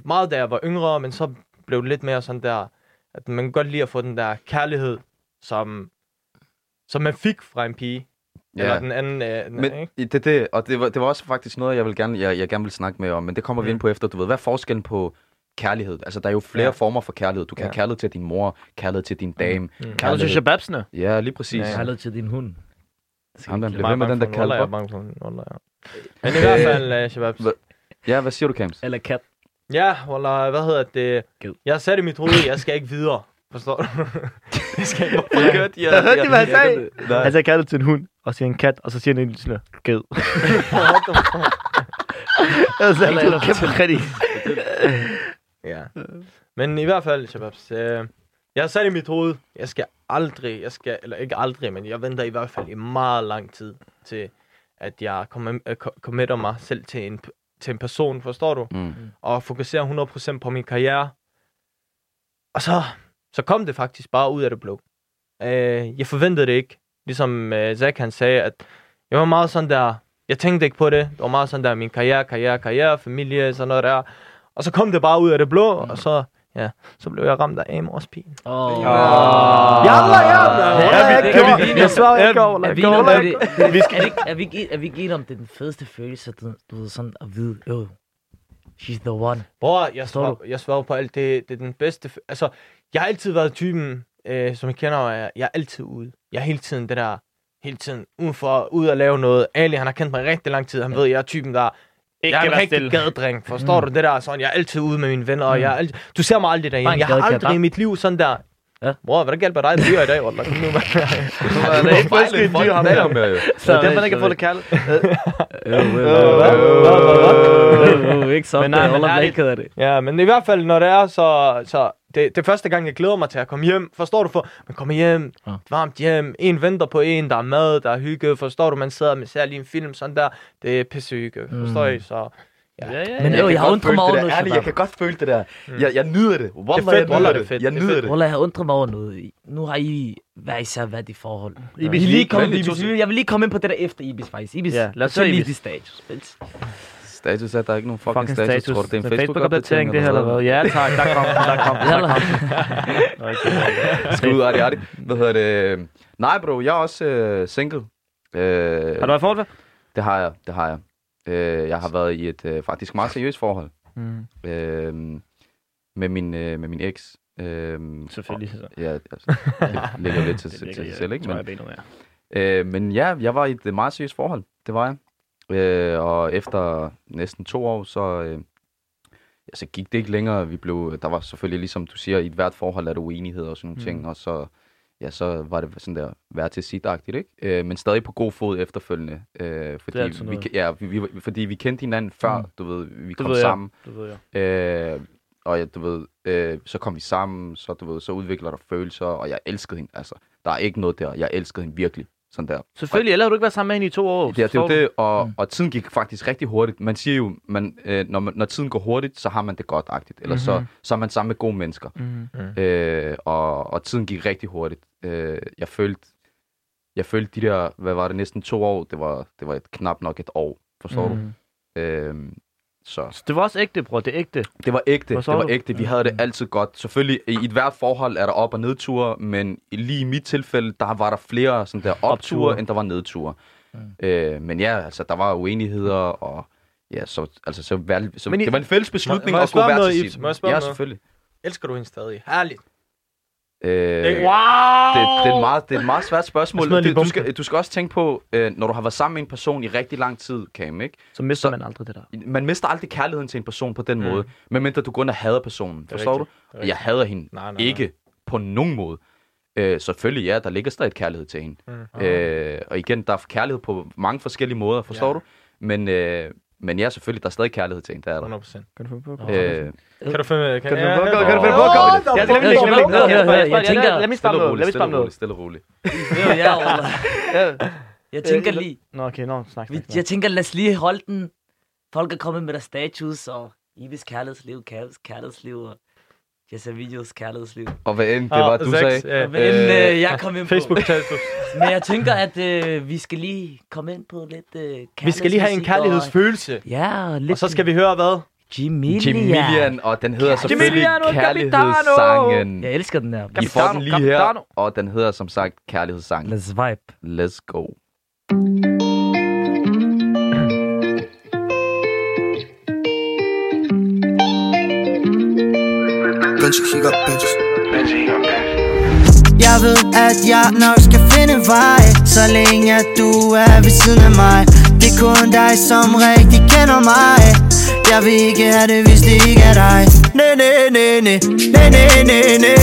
Speaker 2: Meget da jeg var yngre, men så blev det lidt mere sådan der, at man kan godt lide at få den der kærlighed, som, som man fik fra en pige. Ja. Eller den anden, øh, den,
Speaker 1: Men
Speaker 2: ikke?
Speaker 1: i det, det, og det var, det var også faktisk noget, jeg, vil gerne, jeg, jeg gerne vil snakke med om, men det kommer vi
Speaker 2: Mm.
Speaker 1: ind på efter. Du ved, hvad er forskellen på kærlighed? Altså, der er jo flere
Speaker 2: Ja.
Speaker 1: former for kærlighed. Du kan have
Speaker 2: Ja.
Speaker 1: kærlighed til din mor, kærlighed til din dame,
Speaker 2: Kærlighed
Speaker 4: Kan du til
Speaker 1: kærlighed...
Speaker 4: shababsene?
Speaker 1: Ja, lige præcis.
Speaker 2: Ja.
Speaker 3: Kærlighed til din hund.
Speaker 1: Ham, der blev ved
Speaker 2: Meget
Speaker 1: med den
Speaker 2: bange
Speaker 1: der
Speaker 2: for en
Speaker 1: kalder.
Speaker 2: wallah, jeg er bange for en wallah, ja. Men i hvert fald, øh, Shababs.
Speaker 1: Hvad- Ja, hvad siger du, Kams?
Speaker 3: Eller kat.
Speaker 2: Ja, wallah, hvad hedder det?
Speaker 3: Ged.
Speaker 2: Jeg satte i mit hoved, jeg skal ikke videre. Forstår du? jeg skal ikke
Speaker 1: Jeg hørte, jeg,
Speaker 4: Jeg hørte, hvad han sagde.
Speaker 1: Nej.
Speaker 4: Altså, jeg kalder til en hund, og siger en kat, og så siger han en sådan her, ged. Altså,
Speaker 3: Eller-
Speaker 4: det er kæmpe rigtig.
Speaker 2: Ja. Men i hvert fald, Shababs, øh, jeg har sat i mit hoved, jeg skal aldrig, jeg skal, eller ikke aldrig, men jeg venter i hvert fald i meget lang tid til, at jeg kommer, øh, ko- committer mig selv til en, p- til en person, forstår du?
Speaker 1: Mm.
Speaker 2: Og fokuserer 100% på min karriere. Og så, så kom det faktisk bare ud af det blå. Øh, jeg forventede det ikke. Ligesom øh, Zach han sagde, at jeg var meget sådan der, jeg tænkte ikke på det. Det var meget sådan der, min karriere, karriere, karriere, familie, sådan noget der. Og så kom det bare ud af det blå, mm. og så, ja, så blev jeg ramt af Amors-pigen.
Speaker 3: Åh.
Speaker 2: Jalla, jalla,
Speaker 4: Ah. Ja, vi,
Speaker 3: det
Speaker 4: kan
Speaker 3: var-
Speaker 4: vi,
Speaker 3: det var-
Speaker 4: jeg svarer ikke over.
Speaker 3: Er vi enige om, er det- det- er vi ikke- er vi ikke er vi ikke enige om, det er den fedeste følelse, du, du ved, sådan at vide, jo, she's the one.
Speaker 2: Bror, jeg
Speaker 3: Forstår
Speaker 2: svarer, jeg svarer på alt. Det, det er den bedste... f- Altså, jeg har altid været typen, øh, som jeg kender mig. Jeg, jeg er altid ude. Jeg er hele tiden det der... Hele tiden udenfor, ud og lave noget. Ali, han har kendt mig i rigtig lang tid. Han ved, jeg er typen, der... Ikke jeg er
Speaker 4: kan
Speaker 2: en
Speaker 4: være
Speaker 2: rigtig
Speaker 4: stille.
Speaker 2: gadedreng, forstår mm. du det der? Sådan, jeg er altid ude med mine venner, og jeg er altid... Du ser mig aldrig
Speaker 3: Bare en
Speaker 2: derhjemme. Jeg har
Speaker 3: gadekat,
Speaker 2: aldrig i
Speaker 3: hva'?
Speaker 2: mit liv sådan der...
Speaker 3: Ja.
Speaker 2: Ja. Bror, hvad der gælder dig? Det er i dag, Wallah. Kom nu, mand.
Speaker 1: Han er ikke frisk i dyr, ham der.
Speaker 4: Det er derfor, man ikke kan få det kaldt.
Speaker 3: Ikke sådan,
Speaker 4: Men nej, men
Speaker 3: Wallah,
Speaker 4: ærligt.
Speaker 3: man ikke hedder det.
Speaker 2: Ja, men i hvert fald, når det er, så... så det, det er første gang, jeg glæder mig til at komme hjem. Forstår du? For man kommer hjem,
Speaker 3: Ja.
Speaker 2: ja. varmt hjem, en venter på en, der er mad, der er hygge. Forstår du? Man sidder med særlig en film sådan der. Det er pissehygge. Mm. Forstår I? Så
Speaker 3: Men jo, jeg har undret mig over noget.
Speaker 1: Ærligt, jeg
Speaker 3: Shabab.
Speaker 1: kan godt føle det der. Jeg, jeg nyder det. Wallah,
Speaker 2: fedt,
Speaker 1: jeg nyder
Speaker 2: wallah, det er
Speaker 1: det.
Speaker 2: fedt,
Speaker 1: Jeg
Speaker 2: det er
Speaker 1: nyder
Speaker 2: fedt.
Speaker 1: det.
Speaker 3: Wallah, jeg har undret mig over noget. Nu har I hver især været i forhold.
Speaker 4: Ibis,
Speaker 3: Vi
Speaker 1: lige
Speaker 3: lige komme,
Speaker 1: vent lige
Speaker 3: Ibis,
Speaker 1: to
Speaker 3: jeg vil lige komme ind på det der efter Ibis, faktisk. Ibis,
Speaker 4: Ja, lad os
Speaker 3: fortæl
Speaker 4: tage
Speaker 3: lige
Speaker 4: Ibis.
Speaker 3: dit status.
Speaker 1: Status er, der er ikke nogen fucking,
Speaker 4: Fucking
Speaker 1: status.
Speaker 4: status.
Speaker 1: Tror du, det er en
Speaker 4: Facebook-opdatering, det her eller hvad? Ja, tak. Der kom, der kom, der kom. Okay.
Speaker 1: Skud, arti, arti. Hvad hedder det? Nej, bro, jeg er også øh, single. Øh,
Speaker 4: Har du været i forhold til?
Speaker 1: Det har jeg, det har jeg. Øh, jeg har været i et øh, faktisk meget seriøst forhold
Speaker 4: Mm,
Speaker 1: øh, med, min, øh, med min eks. Øh,
Speaker 4: selvfølgelig. Så.
Speaker 1: Ja, altså, det ligger lidt til, til, til sig selv, ikke? Men, Øh, men ja, jeg var i et meget seriøst forhold. Det var jeg. Øh, og efter næsten to år, så, øh, ja, så gik det ikke længere. Vi blev, der var selvfølgelig, ligesom du siger, i et hvert forhold er der uenighed og sådan nogle mm. ting. Og så, ja, så var det sådan der vær til sit ikke? Øh, men stadig på god fod efterfølgende. Øh, fordi,
Speaker 4: altid
Speaker 1: vi,
Speaker 4: noget.
Speaker 1: ke- ja, vi, vi, fordi vi kendte hinanden før,
Speaker 4: Mm.
Speaker 1: mm. du ved, vi
Speaker 4: Det
Speaker 1: kom
Speaker 4: ved jeg.
Speaker 1: sammen.
Speaker 4: Det ved jeg.
Speaker 1: Øh, og ja, du ved, øh, så kom vi sammen, så, du ved, så udvikler der følelser, og jeg elskede hende. Altså, der er ikke noget der. Jeg elskede hende virkelig. Sådan der.
Speaker 4: Selvfølgelig, ellers har du ikke været sammen med hende i to år.
Speaker 1: Ja, det er jo
Speaker 4: forstår du? Mm.
Speaker 1: det, og, og tiden gik faktisk rigtig hurtigt. Man siger jo, man, øh, når, man, når tiden går hurtigt, så har man det godt-agtigt. Eller mm-hmm. så, så er man sammen med gode mennesker.
Speaker 4: Mhm. Mm.
Speaker 1: Øh, og, og tiden gik rigtig hurtigt. Øh, jeg følte, jeg følte de der, hvad var det, næsten to år, det var, det var et, knap nok et år, forstår mm. du? Øh, så
Speaker 4: Så det var også ægte, bror. Det er ægte.
Speaker 1: det var ægte,
Speaker 4: Hvor
Speaker 1: det
Speaker 4: så
Speaker 1: var
Speaker 4: du?
Speaker 1: ægte. Vi havde det altid godt. Selvfølgelig, i et hvert forhold er der op- og nedture, men lige i mit tilfælde, der var der flere sådan der opture,
Speaker 4: Opture.
Speaker 1: end der var nedture. Øh, men ja, altså, der var uenigheder, og ja, så, altså, så, valg, så
Speaker 4: Men I-
Speaker 1: det var en fælles beslutning
Speaker 2: Må- må jeg
Speaker 1: at gå
Speaker 2: spørge om
Speaker 1: hver
Speaker 2: noget,
Speaker 1: til
Speaker 2: Ibs?
Speaker 1: sit.
Speaker 2: Må jeg spørge om
Speaker 1: ja,
Speaker 2: noget?
Speaker 1: selvfølgelig.
Speaker 2: Elsker du hende stadig? Herligt.
Speaker 1: Øh,
Speaker 2: Ikke-
Speaker 1: det, det, er et meget, det er et meget svært
Speaker 4: Jeg smider
Speaker 1: spørgsmål.
Speaker 4: lige
Speaker 1: Det, du,
Speaker 4: bomben.
Speaker 1: skal, du skal også tænke på, øh, når du har været sammen med en person i rigtig lang tid, Cam, ikke?
Speaker 4: Så mister
Speaker 1: Så-
Speaker 4: man aldrig det der.
Speaker 1: Man mister aldrig kærligheden til en person på den mm. måde, medmindre du går ind og hader personen.
Speaker 2: er
Speaker 1: Forstår
Speaker 2: rigtigt.
Speaker 1: du? Jeg hader hende
Speaker 2: Nej, nej, nej.
Speaker 1: ikke på nogen måde. Øh, selvfølgelig, ja, der ligger stadig kærlighed til hende. Mm. Øh, og igen, der er kærlighed på mange forskellige måder, forstår
Speaker 2: Ja.
Speaker 1: du? Men, øh, men ja, selvfølgelig, der er stadig kærlighed til hende, der er der.
Speaker 2: 100%.
Speaker 4: Kan du få på?
Speaker 1: Øh,
Speaker 2: Kan du finde... Kan, ja,
Speaker 4: Kan du få
Speaker 2: ja,
Speaker 4: på?
Speaker 2: ja.
Speaker 4: Kan du få
Speaker 2: Åh,
Speaker 4: på?
Speaker 2: der
Speaker 4: Kom. Ja,
Speaker 2: var-
Speaker 4: lad mig lægge, lad mig lægge.
Speaker 3: Hør, hør, hør, jeg
Speaker 4: Lad-
Speaker 3: tænker-
Speaker 4: Lad mig
Speaker 1: stille
Speaker 4: spørge
Speaker 1: og
Speaker 4: noget. Lad
Speaker 1: roligt,
Speaker 4: mig
Speaker 1: stille
Speaker 4: spørge
Speaker 1: og
Speaker 4: noget.
Speaker 1: roligt, stille og roligt.
Speaker 3: Ja, Ola. Jeg tænker lige,
Speaker 4: Nå, okay, nå, snak,
Speaker 3: vi,
Speaker 4: snak, snak.
Speaker 3: jeg tænker, lad os lige holde den. Folk er kommet med deres status, og Ibis kærlighedsliv, Kavs kærlighedsliv, og Jasavinios kærlighedsliv.
Speaker 1: Og hvad end det
Speaker 2: Ah,
Speaker 1: var, du
Speaker 2: seks,
Speaker 1: sagde.
Speaker 2: ja.
Speaker 3: Hvad end øh, jeg kom ind på.
Speaker 2: Facebook-status.
Speaker 3: Men jeg tænker, at øh, vi skal lige komme ind på lidt øh, kærlighedsmusik.
Speaker 2: Vi skal lige have en kærlighedsfølelse.
Speaker 3: Og, ja, og lidt
Speaker 2: Og så skal vi høre hvad?
Speaker 3: Jimilia.
Speaker 1: Jimilian, og den hedder selvfølgelig
Speaker 4: Jimiliano,
Speaker 1: Kærlighedssangen.
Speaker 3: Jeg elsker den her.
Speaker 1: I får den lige
Speaker 4: Capitano.
Speaker 1: her, og den hedder som sagt Kærlighedssangen.
Speaker 3: Let's vibe.
Speaker 1: Let's go.
Speaker 5: Benji, he got Benji.
Speaker 6: Jeg ved, at jeg nok skal finde vej Så længe at du er ved siden af mig Det er kun dig, som rigtig kender mig Jeg vil ikke have det, hvis det ikke er dig Næ, næ, næ, næ Næ, næ, næ, næ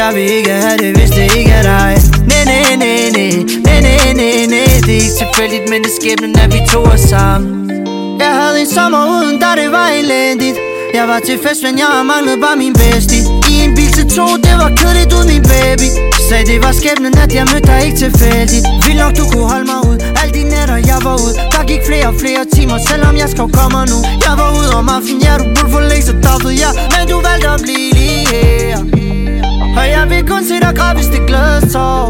Speaker 6: Jeg vil ikke have det, hvis det ikke er dig Næ, næ, næ, næ Næ, næ, næ, næ Det er ikke tilfældigt, men det er skæbnen, at vi to er sammen jeg havde en sommer uden dig, det var elendigt Jeg var til fest, men jeg manglede bare min bedste I en bil til to, det var kedeligt uden min baby Sagde det var skæbnen, at jeg mødte dig ikke tilfældigt Vildt nok, du kunne holde mig ud Alle de nætter, jeg var ud Der gik flere og flere timer, selvom jeg skrev kommer nu Jeg var ude om aftenen, ja, du burde få længst og dobbelt, ja Men du valgte at blive lige her Og jeg vil kun se dig græde, hvis det glædes tår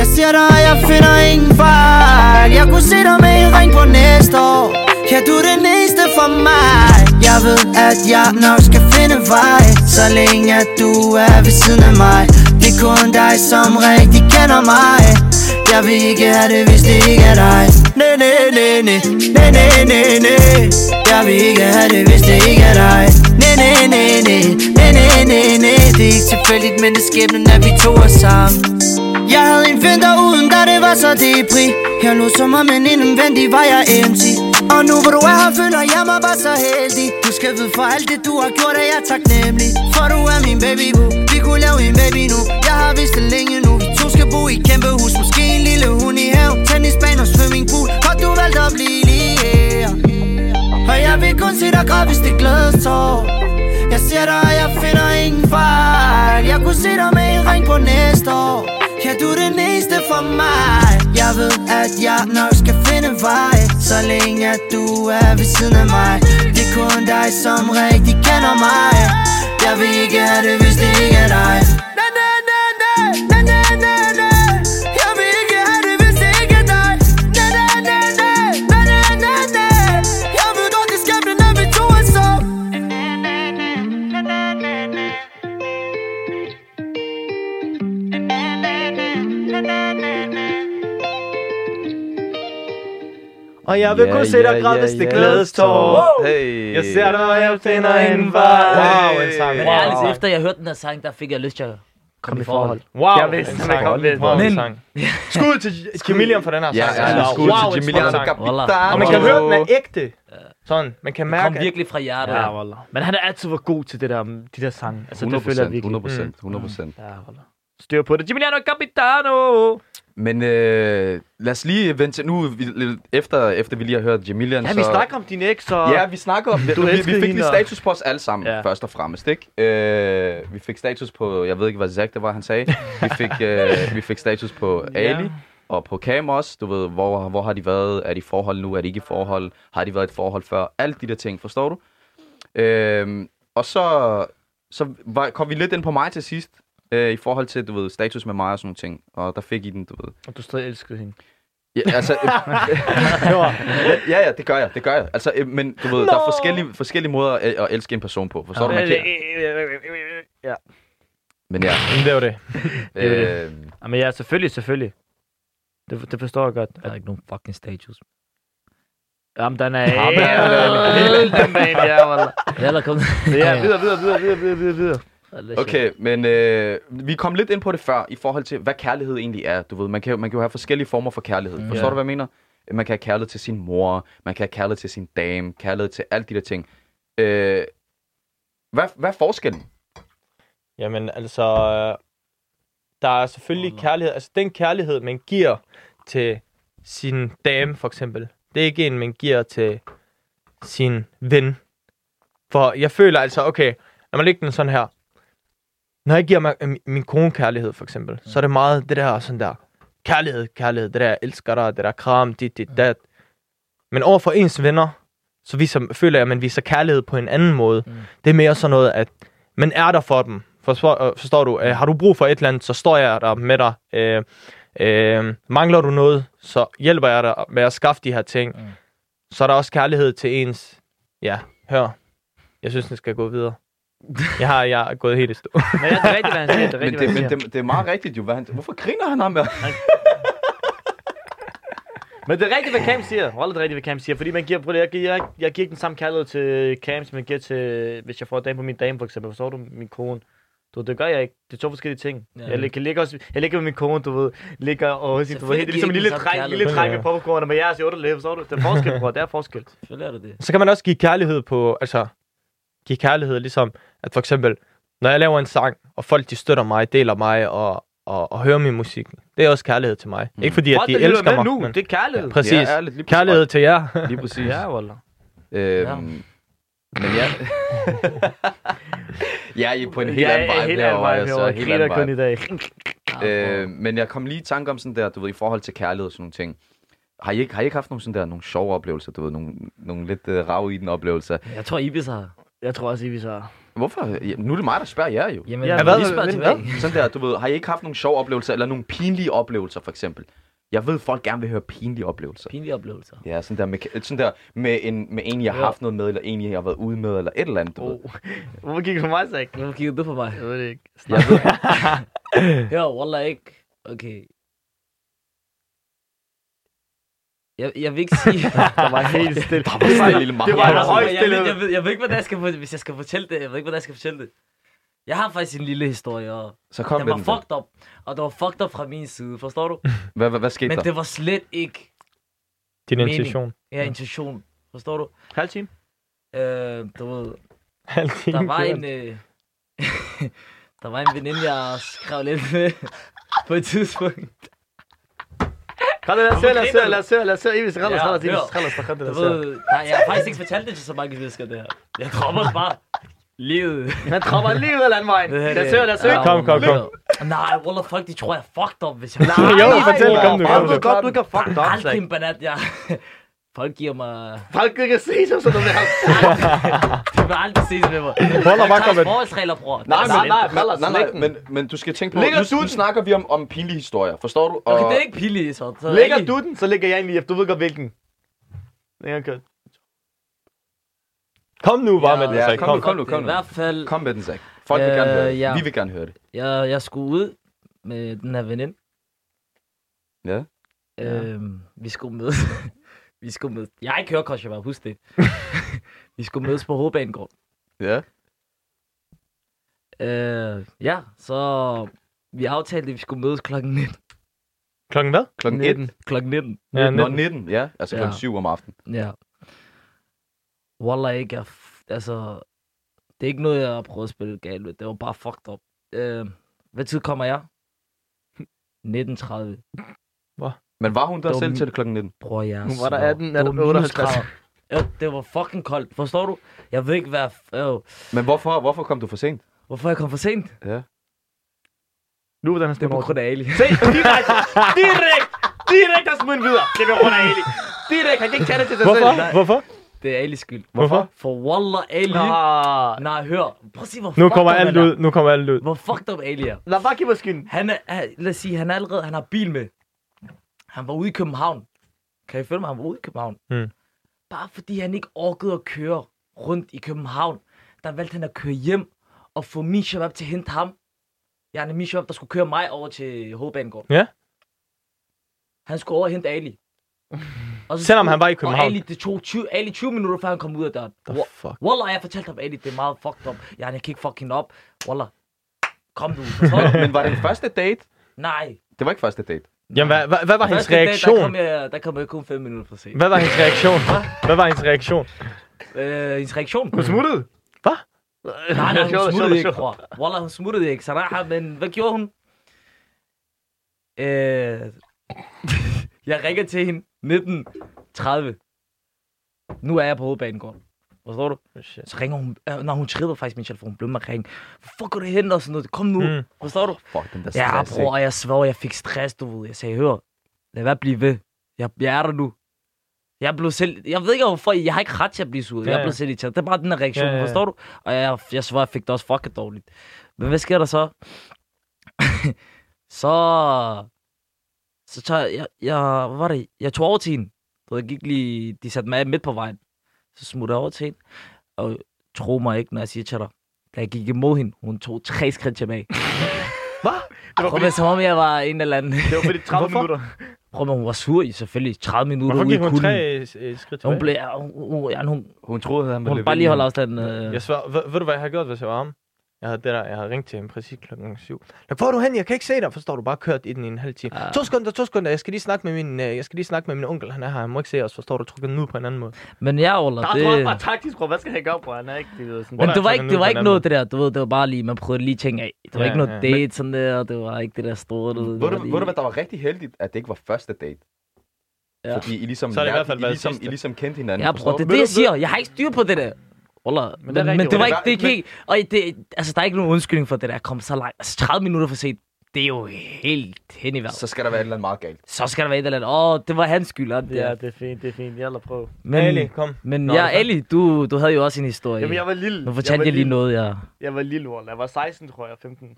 Speaker 6: Jeg ser dig, og jeg finder ingen fejl Jeg kunne se dig med en ring på næste år Ja, du er det næste for mig Jeg ved, at jeg nok skal finde vej Så længe at du er ved siden af mig Det er kun dig, som rigtig kender mig Jeg vil ikke have det, hvis det ikke er dig Næ, næ, næ, næ Næ, næ, næ, næ Jeg vil ikke have det, hvis det ikke er dig Næ, næ, næ, næ Næ, næ, næ, næ Det er ikke tilfældigt, men det er skæbnen, at vi to er sammen jeg havde en vinter uden dig, det var så depri Jeg lå som om en indvendig var jeg MC Og nu hvor du er her, føler jeg mig bare så heldig Du skal vide for alt det, du har gjort, at jeg er taknemmelig For du er min baby boo. vi kunne lave en baby nu Jeg har vidst det længe nu, vi to skal bo i et kæmpe hus Måske en lille hund i haven, tennisbane og swimmingpool Og du valgte at blive lige her Og jeg vil kun se dig græde, hvis det glædes tår Jeg ser dig, og jeg finder ingen fejl Jeg kunne se dig med en ring på næste år Ja, du er det næste for mig Jeg ved, at jeg nok skal finde vej Så længe at du er ved siden af mig Det er kun dig, som rigtig kender mig Jeg vil ikke have det, hvis det ikke er dig Na, na, na, na. Na, na, na, na. Jeg vil ikke have det, hvis det ikke er dig. Na, na, na, na. Na, na, na, na. Jeg ved godt, det
Speaker 2: Og jeg vil
Speaker 1: Ja,
Speaker 2: kunne se
Speaker 1: ja,
Speaker 2: dig
Speaker 1: ja,
Speaker 2: græde, hvis det
Speaker 1: ja.
Speaker 2: glædes tår.
Speaker 1: Hey.
Speaker 2: Jeg ser dig, og jeg finder en vej.
Speaker 1: Wow, en sang.
Speaker 3: Men
Speaker 1: Wow.
Speaker 3: ærligt, efter jeg hørte den her sang, der fik jeg lyst til at komme i forhold.
Speaker 2: Wow,
Speaker 4: Jeg vidste,
Speaker 2: en
Speaker 4: man
Speaker 2: sang.
Speaker 4: kom lidt.
Speaker 2: Wow, en
Speaker 4: Men-
Speaker 2: sang. Skud til Jamilian for den her
Speaker 1: Ja,
Speaker 2: sang.
Speaker 1: ja,
Speaker 2: Wow,
Speaker 1: skud
Speaker 2: wow,
Speaker 1: til
Speaker 2: en
Speaker 1: Jamilian
Speaker 2: smuk sang.
Speaker 1: Capitano.
Speaker 2: Og man kan høre, den er ægte. Sådan, man kan
Speaker 3: Kom
Speaker 2: mærke, at
Speaker 3: virkelig fra hjertet.
Speaker 4: Ja, wallah. Men han er altid været god til det der, de der sange. Altså,
Speaker 1: 100
Speaker 4: det føler jeg
Speaker 1: procent,
Speaker 4: virkelig.
Speaker 1: 100 procent, 100 procent.
Speaker 4: Ja, wallah. Styr på det. Gimignano Capitano!
Speaker 1: Men øh, lad os lige vente til nu, vi- lidt efter, efter vi lige har hørt Jamilian.
Speaker 4: Ja, vi
Speaker 1: så-
Speaker 4: snakker om din eks, og...
Speaker 1: Ja, vi snakker om det.
Speaker 4: Du
Speaker 1: vi, vi
Speaker 4: elskede
Speaker 1: fik lige
Speaker 4: hende, og-
Speaker 1: status på os alle sammen,
Speaker 4: Ja.
Speaker 1: ja. først og fremmest, ikke? Øh, vi fik status på, jeg ved ikke, hvad Zach det var, han sagde. Vi fik, øh, vi fik status på Ali.
Speaker 4: Ja.
Speaker 1: Og på Cam også, du ved, hvor, hvor har de været? Er de i forhold nu? Er de ikke i forhold? Har de været i et forhold før? Alle de der ting, forstår du? Øhm, og så, så var, kom vi lidt ind på mig til sidst, øh, i forhold til, du ved, status med mig og sådan nogle ting. Og der fik I den, du ved.
Speaker 4: Og du stadig elskede hende.
Speaker 1: Ja, altså, ja, ja, det gør jeg, det gør jeg. Altså, øh, men du ved, der er forskellige, forskellige måder at, at elske en person på, forstår du? Man
Speaker 4: Øh,
Speaker 1: kan,
Speaker 4: Ja.
Speaker 1: men ja,
Speaker 2: det er jo det.
Speaker 4: er
Speaker 1: øh,
Speaker 4: Men ja, selvfølgelig, selvfølgelig. Det, det forstår jeg godt.
Speaker 3: Der er ikke nogen fucking status.
Speaker 4: Jamen, den er...
Speaker 1: Ham er-
Speaker 4: Hele den bane, ja, wallah.
Speaker 3: Eller kom.
Speaker 4: Ja, videre, videre, videre, videre, videre, videre, videre.
Speaker 1: Okay, men øh, vi kom lidt ind på det før, i forhold til, hvad kærlighed egentlig er. Du ved, man kan, jo- man kan jo have forskellige former for kærlighed. Forstår
Speaker 4: Ja.
Speaker 1: du, hvad jeg mener? Man kan have kærlighed til sin mor, man kan have kærlighed til sin dame, kærlighed til alle de der ting. Øh, hvad, hvad er forskellen?
Speaker 2: Jamen altså, øh, der er selvfølgelig kærlighed. Altså den kærlighed, man giver til sin dame for eksempel, det er ikke en, man giver til sin ven. For jeg føler altså, okay, lad mig lægge den sådan her. Når jeg giver mig, øh, min- min kone kærlighed for eksempel, så er det meget det der sådan der, kærlighed, kærlighed, det der, jeg elsker dig, det der kram, dit, dit, dat. Men overfor ens venner, så viser, føler jeg, at man viser kærlighed på en anden måde. Mm. Det er mere sådan noget, at men er der for dem. Forstår, øh, forstår du? Øh, har du brug for et eller andet, så står jeg der med dig. Øh, øh, mangler du noget, så hjælper jeg dig med at skaffe de her ting. Mm. Så er der også kærlighed til ens... Ja, hør. Jeg synes, den skal gå videre. Jeg har, jeg er gået helt i stå.
Speaker 4: Men ja, det er rigtigt, hvad han siger. Det er
Speaker 1: Men
Speaker 4: rigtigt, hvad
Speaker 1: det,
Speaker 4: han
Speaker 1: men
Speaker 4: siger.
Speaker 1: det, det er meget rigtigt jo. Hvad han, hvorfor griner han ham med?
Speaker 4: Men det er rigtigt, hvad Cam siger. Hold det er rigtigt, hvad Cam siger. Fordi man giver, prøv lige, jeg, giver, jeg, jeg giver ikke den samme kærlighed til Cam, som jeg giver til, hvis jeg får dame på min dame, for eksempel. Forstår du min kone? Du, ved, det gør jeg ikke. Det er to forskellige ting.
Speaker 3: Ja.
Speaker 4: Ja. Jeg, læ- kan ligge også, jeg ligger med min kone, du ved, ligger og du ved,
Speaker 3: Selvfølgelig giver
Speaker 4: det er ligesom en
Speaker 3: ikke
Speaker 4: lille
Speaker 3: den samme
Speaker 4: dreng, en
Speaker 3: kærlighed.
Speaker 4: lille dreng
Speaker 2: Ja.
Speaker 4: med popcorn, og med jeres i underlæbe, forstår du? Det er forskel, bror, det er forskel.
Speaker 3: Selvfølgelig er det det.
Speaker 2: Så kan man også give kærlighed på... Altså, give kærlighed ligesom... At for eksempel, når jeg laver en sang, og folk de støtter mig, deler mig og, og, og hører min musik. Det er også kærlighed til mig. Mm. Ikke fordi, at
Speaker 4: Folk,
Speaker 2: de
Speaker 4: der lytter
Speaker 2: elsker
Speaker 4: med
Speaker 2: mig.
Speaker 4: nu,
Speaker 2: men,
Speaker 4: det er kærlighed.
Speaker 2: præcis.
Speaker 1: Ja, ærligt, lige præcis.
Speaker 2: kærlighed til jer.
Speaker 1: Lige præcis.
Speaker 4: Ja, Waller.
Speaker 1: Øhm,
Speaker 3: Ja.
Speaker 1: Men ja... ja, I er på en helt
Speaker 4: Ja,
Speaker 1: anden
Speaker 4: ja,
Speaker 1: vibe
Speaker 4: helt anden
Speaker 1: herovre.
Speaker 4: vibe
Speaker 1: altså,
Speaker 4: herovre.
Speaker 1: helt anden
Speaker 4: Griner kun
Speaker 1: vibe.
Speaker 4: i dag.
Speaker 1: Øh, men jeg kom lige i tanke om sådan der, du ved, i forhold til kærlighed og sådan nogle ting. Har I ikke, har I ikke haft nogle, sådan der, nogle sjove oplevelser, du ved, nogle, nogle lidt uh, rav i den oplevelser?
Speaker 3: Jeg tror, Ibis har...
Speaker 4: Jeg tror også, vi så...
Speaker 1: Hvorfor? Ja, nu er det mig, der spørger jer jo.
Speaker 3: Jamen,
Speaker 4: Ja,
Speaker 3: ja,
Speaker 2: hvad-
Speaker 3: vi spørger
Speaker 2: hvad-
Speaker 3: tilbage.
Speaker 1: Sådan der, du ved, har I ikke haft nogle sjove oplevelser, eller nogle pinlige oplevelser, for eksempel? Jeg ved, folk gerne vil høre pinlige oplevelser.
Speaker 3: Pinlige oplevelser.
Speaker 1: Ja, sådan der med, sådan der med, en, med en, jeg har
Speaker 4: Ja.
Speaker 1: haft noget med, eller en, jeg har været ude med, eller et eller andet, du ved.
Speaker 4: Oh. Hvorfor gik du på mig, Zach?
Speaker 3: Hvorfor kiggede du på mig?
Speaker 4: Jeg ved det ikke.
Speaker 1: Jeg ved,
Speaker 3: Hør, Wallah ikke. Okay. Jeg, jeg vil ikke sige...
Speaker 4: Der var helt stille.
Speaker 1: der var sådan en lille meget.
Speaker 4: Det var en
Speaker 3: Altså,
Speaker 4: høj
Speaker 3: jeg,
Speaker 4: stillhed.
Speaker 3: ved, jeg, ved, jeg ved ikke, hvordan jeg skal, for- hvis jeg skal fortælle det. Jeg ved ikke, hvordan jeg skal fortælle det. Jeg har faktisk en lille historie, og
Speaker 1: Så kom
Speaker 3: den
Speaker 1: med
Speaker 3: var
Speaker 1: den. så.
Speaker 3: fucked up. Og det var fucked up fra min side, forstår du?
Speaker 1: Hvad, hvad, hvad skete
Speaker 3: Men
Speaker 1: der?
Speaker 3: det var slet ikke
Speaker 2: Din
Speaker 3: Mening.
Speaker 2: intention.
Speaker 3: ja, intention, forstår du?
Speaker 4: Halv time.
Speaker 3: Øh, du ved, der var en... Øh, der var en veninde, jeg skrev lidt med på et tidspunkt.
Speaker 4: Kom, lad os se, lad os se, lad os se, lad os se. Ibis, red os,
Speaker 3: Ja,
Speaker 4: red os, Ibis,
Speaker 3: hør.
Speaker 4: red os, red os,
Speaker 3: Du
Speaker 4: red os.
Speaker 3: ved, nej, jeg har faktisk ikke fortalt det til så mange mennesker, det her. Jeg dropper det bare. Livet.
Speaker 4: Man tropper lige ud af landvejen.
Speaker 3: Det her,
Speaker 4: Lad os
Speaker 3: det-
Speaker 4: se, lad os se.
Speaker 3: Ja,
Speaker 2: Kom, kom, kom.
Speaker 3: Nej, Wallah, folk, de tror, jeg er fucked up, hvis jeg...
Speaker 2: Jo, fortæl, kom nu,
Speaker 4: Jeg
Speaker 2: kom
Speaker 4: ved
Speaker 2: nu.
Speaker 4: godt, du ikke har fucked
Speaker 3: Der er
Speaker 4: up,
Speaker 3: aldrig
Speaker 4: Zach.
Speaker 3: en banat, jeg... Folk giver mig...
Speaker 4: Folk kan ikke se som sådan noget her.
Speaker 3: De vil aldrig ses med mig.
Speaker 2: Hold da bare, kom
Speaker 3: Klaus
Speaker 2: med den.
Speaker 3: forholdsregler, bror. Altså,
Speaker 1: Nej,
Speaker 4: Nej,
Speaker 1: men,
Speaker 4: nej,
Speaker 1: nej,
Speaker 4: ellers
Speaker 1: nej, nej,
Speaker 4: læg den.
Speaker 1: men, men du skal tænke på,
Speaker 4: Ligger
Speaker 1: nu, nu
Speaker 4: duden?
Speaker 1: snakker vi om, om pinlige historier, forstår du? Og,
Speaker 3: Okay, det er ikke pilligt, så. så
Speaker 4: Lægger
Speaker 3: ikke-
Speaker 4: du den, så lægger jeg en lige efter. Du ved godt, hvilken. Den er kørt.
Speaker 2: Kom nu bare med det,
Speaker 1: Ja,
Speaker 2: så
Speaker 1: kom
Speaker 2: kom.
Speaker 1: nu, kom nu,
Speaker 3: Det er
Speaker 1: kom
Speaker 3: I
Speaker 1: nu.
Speaker 3: hvert fald,
Speaker 1: Kom med den, Zach. Folk vil gerne
Speaker 3: Øh,
Speaker 1: høre det.
Speaker 3: ja.
Speaker 1: Vi vil gerne høre det.
Speaker 3: jeg, jeg skulle ud med den her veninde.
Speaker 1: Ja.
Speaker 3: Øhm, vi skulle mødes Vi skulle mødes. Jeg har ikke kørekort, jeg bare husk det. vi skulle mødes på Hovedbanegård.
Speaker 1: Ja.
Speaker 3: Øh, ja, så vi aftalte, at vi skulle mødes klokken 19.
Speaker 2: Klokken hvad?
Speaker 1: Klokken 19.
Speaker 3: Klokken 19.
Speaker 2: Ja,
Speaker 1: Nå,
Speaker 2: nitten.
Speaker 1: 19, ja. Altså
Speaker 3: Ja.
Speaker 1: klokken 7 om aftenen.
Speaker 3: Ja. Wallah ikke, jeg... f- Altså, det er ikke noget, jeg har prøvet at spille galt med. Det var bare fucked up. Øh, hvad tid kommer jeg? 19.30.
Speaker 1: Men var hun der
Speaker 3: Det var
Speaker 1: selv
Speaker 3: min-
Speaker 1: til klokken 19?
Speaker 3: Bror, jeg
Speaker 4: Hun var der
Speaker 3: svor.
Speaker 4: 18,
Speaker 3: Det
Speaker 4: er der
Speaker 3: var minus
Speaker 4: 58.
Speaker 3: 30. Jo, det var fucking koldt. Forstår du? Jeg ved ikke, hvad... jeg f- Øh,
Speaker 1: Men hvorfor, hvorfor kom du for sent?
Speaker 3: hvorfor jeg kom for sent? Det
Speaker 1: Ja.
Speaker 4: Nu er den her
Speaker 3: er på grund af Ali.
Speaker 4: Se, direkte, direkte, direkte at smide videre. Det bliver rundt af Ali. Direkte, han kan ikke tage det til sig
Speaker 2: Hvorfor?
Speaker 4: selv.
Speaker 2: Hvorfor?
Speaker 3: Det er Alis skyld.
Speaker 2: Hvorfor?
Speaker 3: For Wallah Ali...
Speaker 4: Ah,
Speaker 3: Nej, hør. Prøv at se, hvor
Speaker 2: Nu
Speaker 3: fucked
Speaker 2: kommer
Speaker 3: up
Speaker 2: alt
Speaker 3: han er.
Speaker 2: ud. Nu kommer alt ud.
Speaker 3: Hvor fucked up Ali er.
Speaker 4: lad bare give mig skylden.
Speaker 3: Han er, er- lad os sige, han er allerede, han har bil med. Han var ude i København. Kan I følge mig? Han var ude i København.
Speaker 2: Mm.
Speaker 3: Bare fordi han ikke orkede at køre rundt i København, der valgte han at køre hjem og få min shabab til at hente ham. Jeg er min shabab, der skulle køre mig over til Hovedbanegård.
Speaker 2: Ja.
Speaker 3: Han skulle over og hente Ali. Og så
Speaker 2: Selvom
Speaker 3: skulle-
Speaker 2: han var i København.
Speaker 3: Og Ali, det tog 20, Ali 20 minutter, før han kom ud af døren.
Speaker 2: The fuck?
Speaker 3: Wallah, jeg fortalte ham, Ali, det er meget fucked up. Jeg, jeg kan ikke fucking op. Wallah, kom du. forstår du?
Speaker 1: Men var det en første date?
Speaker 3: Nej,
Speaker 1: Det var ikke første date.
Speaker 2: Jamen, hvad, hvad, hvad var hans
Speaker 3: Første dag, Der
Speaker 2: reaktion?
Speaker 3: kom, jeg, der kom jeg kun 5 minutter for sent.
Speaker 2: Hvad var hans reaktion? Hvad var hans reaktion?
Speaker 3: Øh, hendes reaktion?
Speaker 4: Du smuttede.
Speaker 3: Nej, nej,
Speaker 4: Sjovt,
Speaker 3: hun smuttede
Speaker 4: sjovt,
Speaker 3: ikke,
Speaker 4: sjovt.
Speaker 3: bror. Wallah, hun smuttede ikke. Saraha, men hvad gjorde hun? Øh, jeg ringer til hende 19.30. Nu er jeg på hovedbanegården. Forstår du?
Speaker 4: Oh,
Speaker 3: Så ringer hun. Øh, nej, hun trillede faktisk min telefon. Blev mig ringe. Hvor fuck går det hen? Og sådan noget. Kom nu.
Speaker 4: Hmm.
Speaker 2: Mm.
Speaker 3: Mm. Forstår du?
Speaker 1: Fuck, den der
Speaker 3: Ja,
Speaker 1: stress,
Speaker 3: bror, jeg svor, jeg fik stress, du ved. Jeg sagde, hør, lad være at blive ved. Jeg, jeg er der nu. Jeg blev selv... Jeg ved ikke, hvorfor... Jeg har ikke ret til at blive sur.
Speaker 2: Ja,
Speaker 3: Ja, jeg
Speaker 2: ja.
Speaker 3: blev selv irriteret. Det er bare den her reaktion,
Speaker 2: Ja,
Speaker 3: ja,
Speaker 2: ja, ja.
Speaker 3: ja. forstår du? Og jeg, jeg svor, jeg fik det også fucking dårligt. Men hvad sker der så? så... Så tager jeg... jeg hvad var det? Jeg tog over til hende. Du ved, Jeg gik lige... De satte mig af midt på vejen. Så smutter jeg over til hende. Og tro mig ikke, når jeg siger til dig. Da jeg gik imod hende, hun tog tre skridt tilbage.
Speaker 4: Hvad? Det var
Speaker 3: Prøv
Speaker 4: fordi,
Speaker 3: med, som om jeg var en eller anden.
Speaker 4: det var fordi 30
Speaker 2: Hvorfor?
Speaker 4: minutter.
Speaker 3: Prøv med, hun var sur i selvfølgelig 30 minutter
Speaker 2: Hvorfor
Speaker 3: ude i
Speaker 2: gik hun
Speaker 3: kulden.
Speaker 2: tre øh, skridt
Speaker 3: Hun
Speaker 2: tilbage?
Speaker 3: blev, ja, hun, hun, ja, hun,
Speaker 1: Hun troede, han ville
Speaker 3: hun bare lige holde afstanden. Øh.
Speaker 2: Jeg svær, ved, ved du, hvad jeg har gjort, hvis jeg var ham? Jeg havde, det der, jeg havde ringt til ham præcis klokken 7. Nå, hvor er du hen? Jeg kan ikke se dig. Forstår du? Bare kørt i den i en halv time.
Speaker 3: Ah.
Speaker 2: To sekunder, to sekunder. Jeg skal lige snakke med min, øh, jeg skal lige snakke med min onkel. Han er her. Han må ikke se os. Forstår du? Trykker den ud på en anden måde.
Speaker 3: Men ja, Ola,
Speaker 4: Der er
Speaker 3: det...
Speaker 4: du også bare taktisk, bror. Hvad skal han gøre, bror? Han er ikke det ved sådan.
Speaker 3: Men
Speaker 2: Ola,
Speaker 3: det var
Speaker 2: trykker
Speaker 3: ikke,
Speaker 2: den
Speaker 3: det
Speaker 2: ud
Speaker 3: var
Speaker 2: på
Speaker 3: ikke
Speaker 2: en
Speaker 3: noget
Speaker 2: anden
Speaker 3: det der, du ved, det var bare lige, man prøvede lige ting af. Det var
Speaker 2: Ja,
Speaker 3: ikke noget
Speaker 2: ja.
Speaker 3: date sådan der, og det var ikke det der store, du
Speaker 1: Ved du,
Speaker 3: lige-
Speaker 1: ved du, hvad der var rigtig heldigt, at det ikke var første date?
Speaker 3: Ja.
Speaker 1: Fordi I ligesom,
Speaker 2: Så har det i
Speaker 1: lærte-
Speaker 2: hvert fald
Speaker 1: I
Speaker 2: været
Speaker 1: ligesom,
Speaker 2: sidste.
Speaker 1: I ligesom kendte hinanden.
Speaker 3: Ja, bror,
Speaker 1: forstår
Speaker 3: det er
Speaker 1: du?
Speaker 3: det, jeg siger. Jeg har ikke styr på det der. Ola, men,
Speaker 4: det er
Speaker 3: men, men
Speaker 4: rigtigt,
Speaker 3: det var
Speaker 4: Ola.
Speaker 3: ikke, det
Speaker 1: Men-
Speaker 3: gik ikke, og det, altså, der er ikke nogen undskyldning for det der, at komme så langt. Altså, 30 minutter for sent, det er jo helt hen i vejret.
Speaker 1: Så skal der være et eller andet meget galt.
Speaker 3: Så skal der være et eller andet, åh, oh, det var hans skyld, og det
Speaker 4: Ja,
Speaker 3: der.
Speaker 4: det er fint, det er fint. Jeg lader prøve.
Speaker 2: Men...
Speaker 3: Men,
Speaker 2: Ali, kom.
Speaker 3: Men
Speaker 2: Nå,
Speaker 3: Nå, ja,
Speaker 2: er det
Speaker 3: Ali, du, du havde jo også en historie.
Speaker 4: Jamen, jeg var lille.
Speaker 3: nu fortalte jeg,
Speaker 4: var
Speaker 3: jeg lige
Speaker 4: lille.
Speaker 3: noget, jeg...
Speaker 4: Jeg var lille, Walla. Jeg var 16, tror jeg, 15.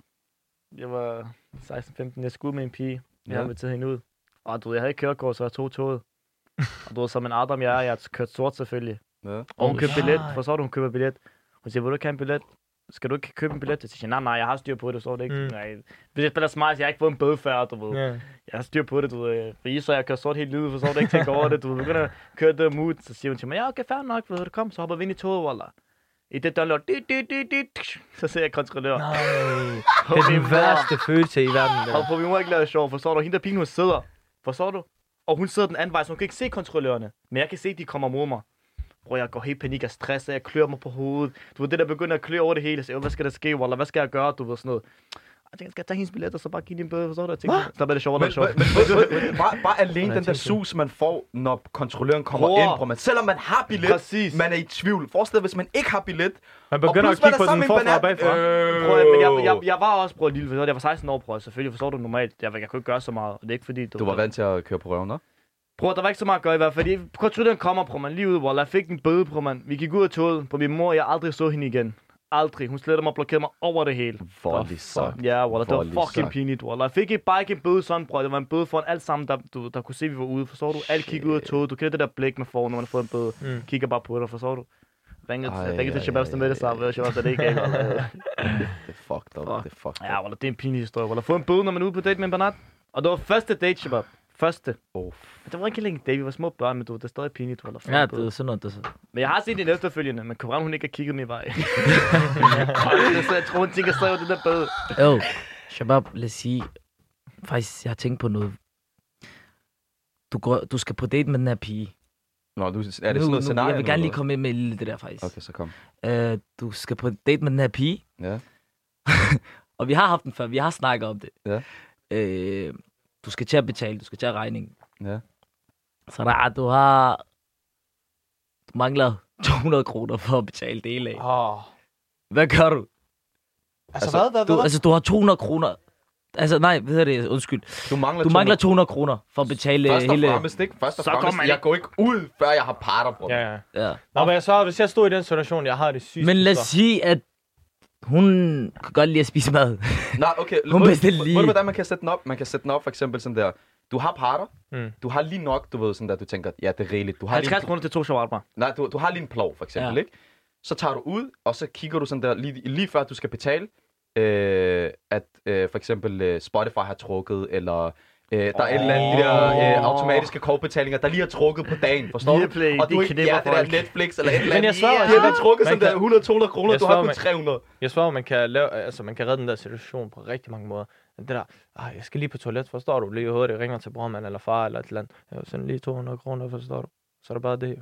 Speaker 4: Jeg var 16-15. Jeg skulle ud med en pige. Jeg
Speaker 1: Ja.
Speaker 4: havde inviteret hende ud. Og du ved, jeg havde ikke kørekort, så jeg tog toget. Og du ved, som en Adam jeg er, jeg har kørt sort selvfølgelig.
Speaker 1: Ja.
Speaker 4: Og hun
Speaker 3: Oh,
Speaker 4: købte
Speaker 2: shit.
Speaker 4: billet. Forstår du, hun køber billet. Hun siger, vil du ikke have en billet? Skal du ikke købe en billet? Jeg siger, nej, nej, jeg har styr på det, forstår du ikke?
Speaker 2: Mm.
Speaker 4: Mm. Nej. Hvis jeg spiller smart, så jeg har ikke fået en bøde før, du ved.
Speaker 2: Ja.
Speaker 4: Jeg har styr på det, du ved. Fordi så jeg kører sort helt livet, forstår du ikke? Tænker over det, du ved. Begynder at køre det mod. Så siger hun til mig, ja, okay, fair nok, ved du, kom, så hopper vi ind i toget, Walla. I det dør lort, dit, dit, dit, dit, så ser jeg kontrollør.
Speaker 2: Nej.
Speaker 4: Håber
Speaker 2: Det er den
Speaker 4: min mor-
Speaker 2: værste følelse i verden. det
Speaker 4: Og
Speaker 2: der.
Speaker 4: for vi må ikke lave sjov, forstår du? Hende der pigen, hun sidder. Forstår du? Og hun sidder den anden vej, så hun kan ikke se kontrollørerne. Men jeg kan se, at de kommer mod mig. Bror, jeg går helt i panik og stress, og jeg klør mig på hovedet. Du ved, det der begynder at klø over det hele. Jeg siger, "Åh, hvad skal der ske, Walla? Hvad skal jeg gøre? Du ved sådan noget. Jeg tænker, skal jeg tage hendes billet, og så bare give din bøde, forstår du? Jeg tænker, så er det sjovt,
Speaker 1: Men,
Speaker 4: det er sjovt.
Speaker 1: men, men, men, men bare, bare alene den der sus, man får, når kontrolløren kommer
Speaker 4: Bror.
Speaker 1: ind på man. Selvom man har billet,
Speaker 4: Præcis.
Speaker 1: man er i tvivl. Forestil dig, hvis man ikke har billet.
Speaker 2: Man begynder
Speaker 1: og
Speaker 2: at
Speaker 1: plus man
Speaker 2: kigge på
Speaker 1: er sammen
Speaker 2: den
Speaker 1: med en Øh,
Speaker 2: forfra og
Speaker 1: banan.
Speaker 2: bagfra.
Speaker 4: Prøv, at- men jeg, jeg, jeg, var også, bror, lille, forstår du? Jeg var 16 år, bror. Selvfølgelig forstår du normalt. Jeg, jeg kunne ikke gøre så meget, og det er ikke fordi,
Speaker 1: Du var vant til at køre på røven, ikke?
Speaker 4: Bror, der var ikke så meget at gøre i hvert fald. Jeg- Kontrolløren kommer, bror, man lige ud, hvor jeg fik en bøde, bror, man. Vi gik ud af toget, på min mor, jeg aldrig så hende igen. Aldrig. Hun slettede mig og blokerede mig over det hele.
Speaker 1: Voldelig så.
Speaker 4: Ja, bror, det var
Speaker 1: Voldeligt
Speaker 4: fucking
Speaker 1: sagt.
Speaker 4: pinligt, bror. Jeg fik ikke bare ikke en bøde sådan, bror. Det var en bøde for alt sammen, der, du, der kunne se, at vi var ude. Forstår du? Alt kiggede ud af toget. Du kender det der blik, man får, når man har fået en bøde.
Speaker 2: Mm.
Speaker 4: Mm. Kigger bare på dig, forstår du? Ringet,
Speaker 1: Ej,
Speaker 4: ej, ringet til
Speaker 1: ej,
Speaker 4: Shababs
Speaker 1: ej,
Speaker 4: med det samme, og Shababs er det ikke af, bror.
Speaker 1: Det er fucked up. Det er fucked up.
Speaker 4: Ja, bror, det er en pinlig historie, bror. Få en bøde, når man er ude på date med en banat. Og det var første date, Shabab. Første.
Speaker 1: Oh.
Speaker 4: Det var ikke længe, da vi var små børn, men du, ved, det er stadig pinligt, du holder
Speaker 3: Ja,
Speaker 4: fast på
Speaker 3: det er sådan noget, det så.
Speaker 4: Men jeg har set den efterfølgende, men København, hun ikke har kigget min vej. Hold da, så jeg tror, hun tænker stadig, at det der bad.
Speaker 3: Jo, Shabab, lad os sige, faktisk, jeg har tænkt på noget. Du, går, du skal på date med den her pige.
Speaker 1: Nå, du, er det sådan noget scenarie?
Speaker 3: Jeg vil
Speaker 1: eller
Speaker 3: gerne lige
Speaker 1: hvad?
Speaker 3: komme ind med lidt det der, faktisk.
Speaker 1: Okay, så kom.
Speaker 3: Okay. Øh, du skal på date med den her pige,
Speaker 1: Ja.
Speaker 3: og vi har haft den før, vi har snakket om det.
Speaker 1: Ja.
Speaker 3: Øh, du skal til at betale, du skal til at regningen.
Speaker 1: Ja.
Speaker 3: Så der, du har... Du mangler 200 kroner for at betale det hele af.
Speaker 2: Åh. Oh.
Speaker 3: Hvad gør du?
Speaker 2: Altså, hvad, hvad, hvad?
Speaker 3: Du, altså, du har 200 kroner. Altså, nej, hvad hedder det? Undskyld.
Speaker 1: Du mangler,
Speaker 3: Du mangler 200 kroner for at betale øh,
Speaker 1: Først og
Speaker 3: hele...
Speaker 1: fremmest, ikke? Først og
Speaker 4: Så går
Speaker 1: fremmest,
Speaker 4: man
Speaker 1: jeg går ikke ud, før jeg har parter, bror.
Speaker 2: ja, ja.
Speaker 3: Ja.
Speaker 2: Nå, men jeg så, hvis jeg stod i den situation, jeg har det sygt.
Speaker 3: Men lad os
Speaker 2: så.
Speaker 3: sige, at hun kan godt lide at spise mad.
Speaker 1: Nej, okay.
Speaker 3: Hun
Speaker 1: ved-
Speaker 3: bestilte
Speaker 1: ved-
Speaker 3: lige.
Speaker 1: Ved du, hvordan man kan sætte den op? Man kan sætte den op for eksempel sådan der. Du har parter.
Speaker 2: Mm.
Speaker 1: Du har lige nok, du ved sådan der, du tænker, ja, det er rigeligt. Du har, lige
Speaker 4: 50
Speaker 1: en, pl-
Speaker 4: kroner til to shawarma.
Speaker 1: nej, du, du har lige en plov, for eksempel,
Speaker 3: Ja.
Speaker 1: ikke? Så tager du ud, og så kigger du sådan der, lige, lige før du skal betale, øh, at øh, for eksempel øh, Spotify har trukket, eller øh, der er et eller andet, de der øh, automatiske kortbetalinger, der lige har trukket på dagen, forstår
Speaker 4: Viaplay,
Speaker 1: du? Og du
Speaker 4: de
Speaker 1: ikke,
Speaker 4: knipper
Speaker 1: ja, det der
Speaker 4: folk.
Speaker 1: Netflix, eller et eller andet.
Speaker 2: jeg svarer,
Speaker 1: de
Speaker 2: ja.
Speaker 1: har lige trukket
Speaker 2: Man
Speaker 1: sådan der
Speaker 2: kan-
Speaker 1: 100-200 kroner,
Speaker 2: Jeg
Speaker 1: du har
Speaker 2: svarer,
Speaker 1: kun
Speaker 2: man-
Speaker 1: 300.
Speaker 2: Jeg svarer, man kan, lave, altså, man kan redde den der situation på rigtig mange måder. Det der, ah, jeg skal lige på toilet, forstår du? Lige i hovedet, jeg ringer til brormand eller far eller et eller andet. Jeg vil sende lige 200 kroner, forstår du? Så er det bare det, jo.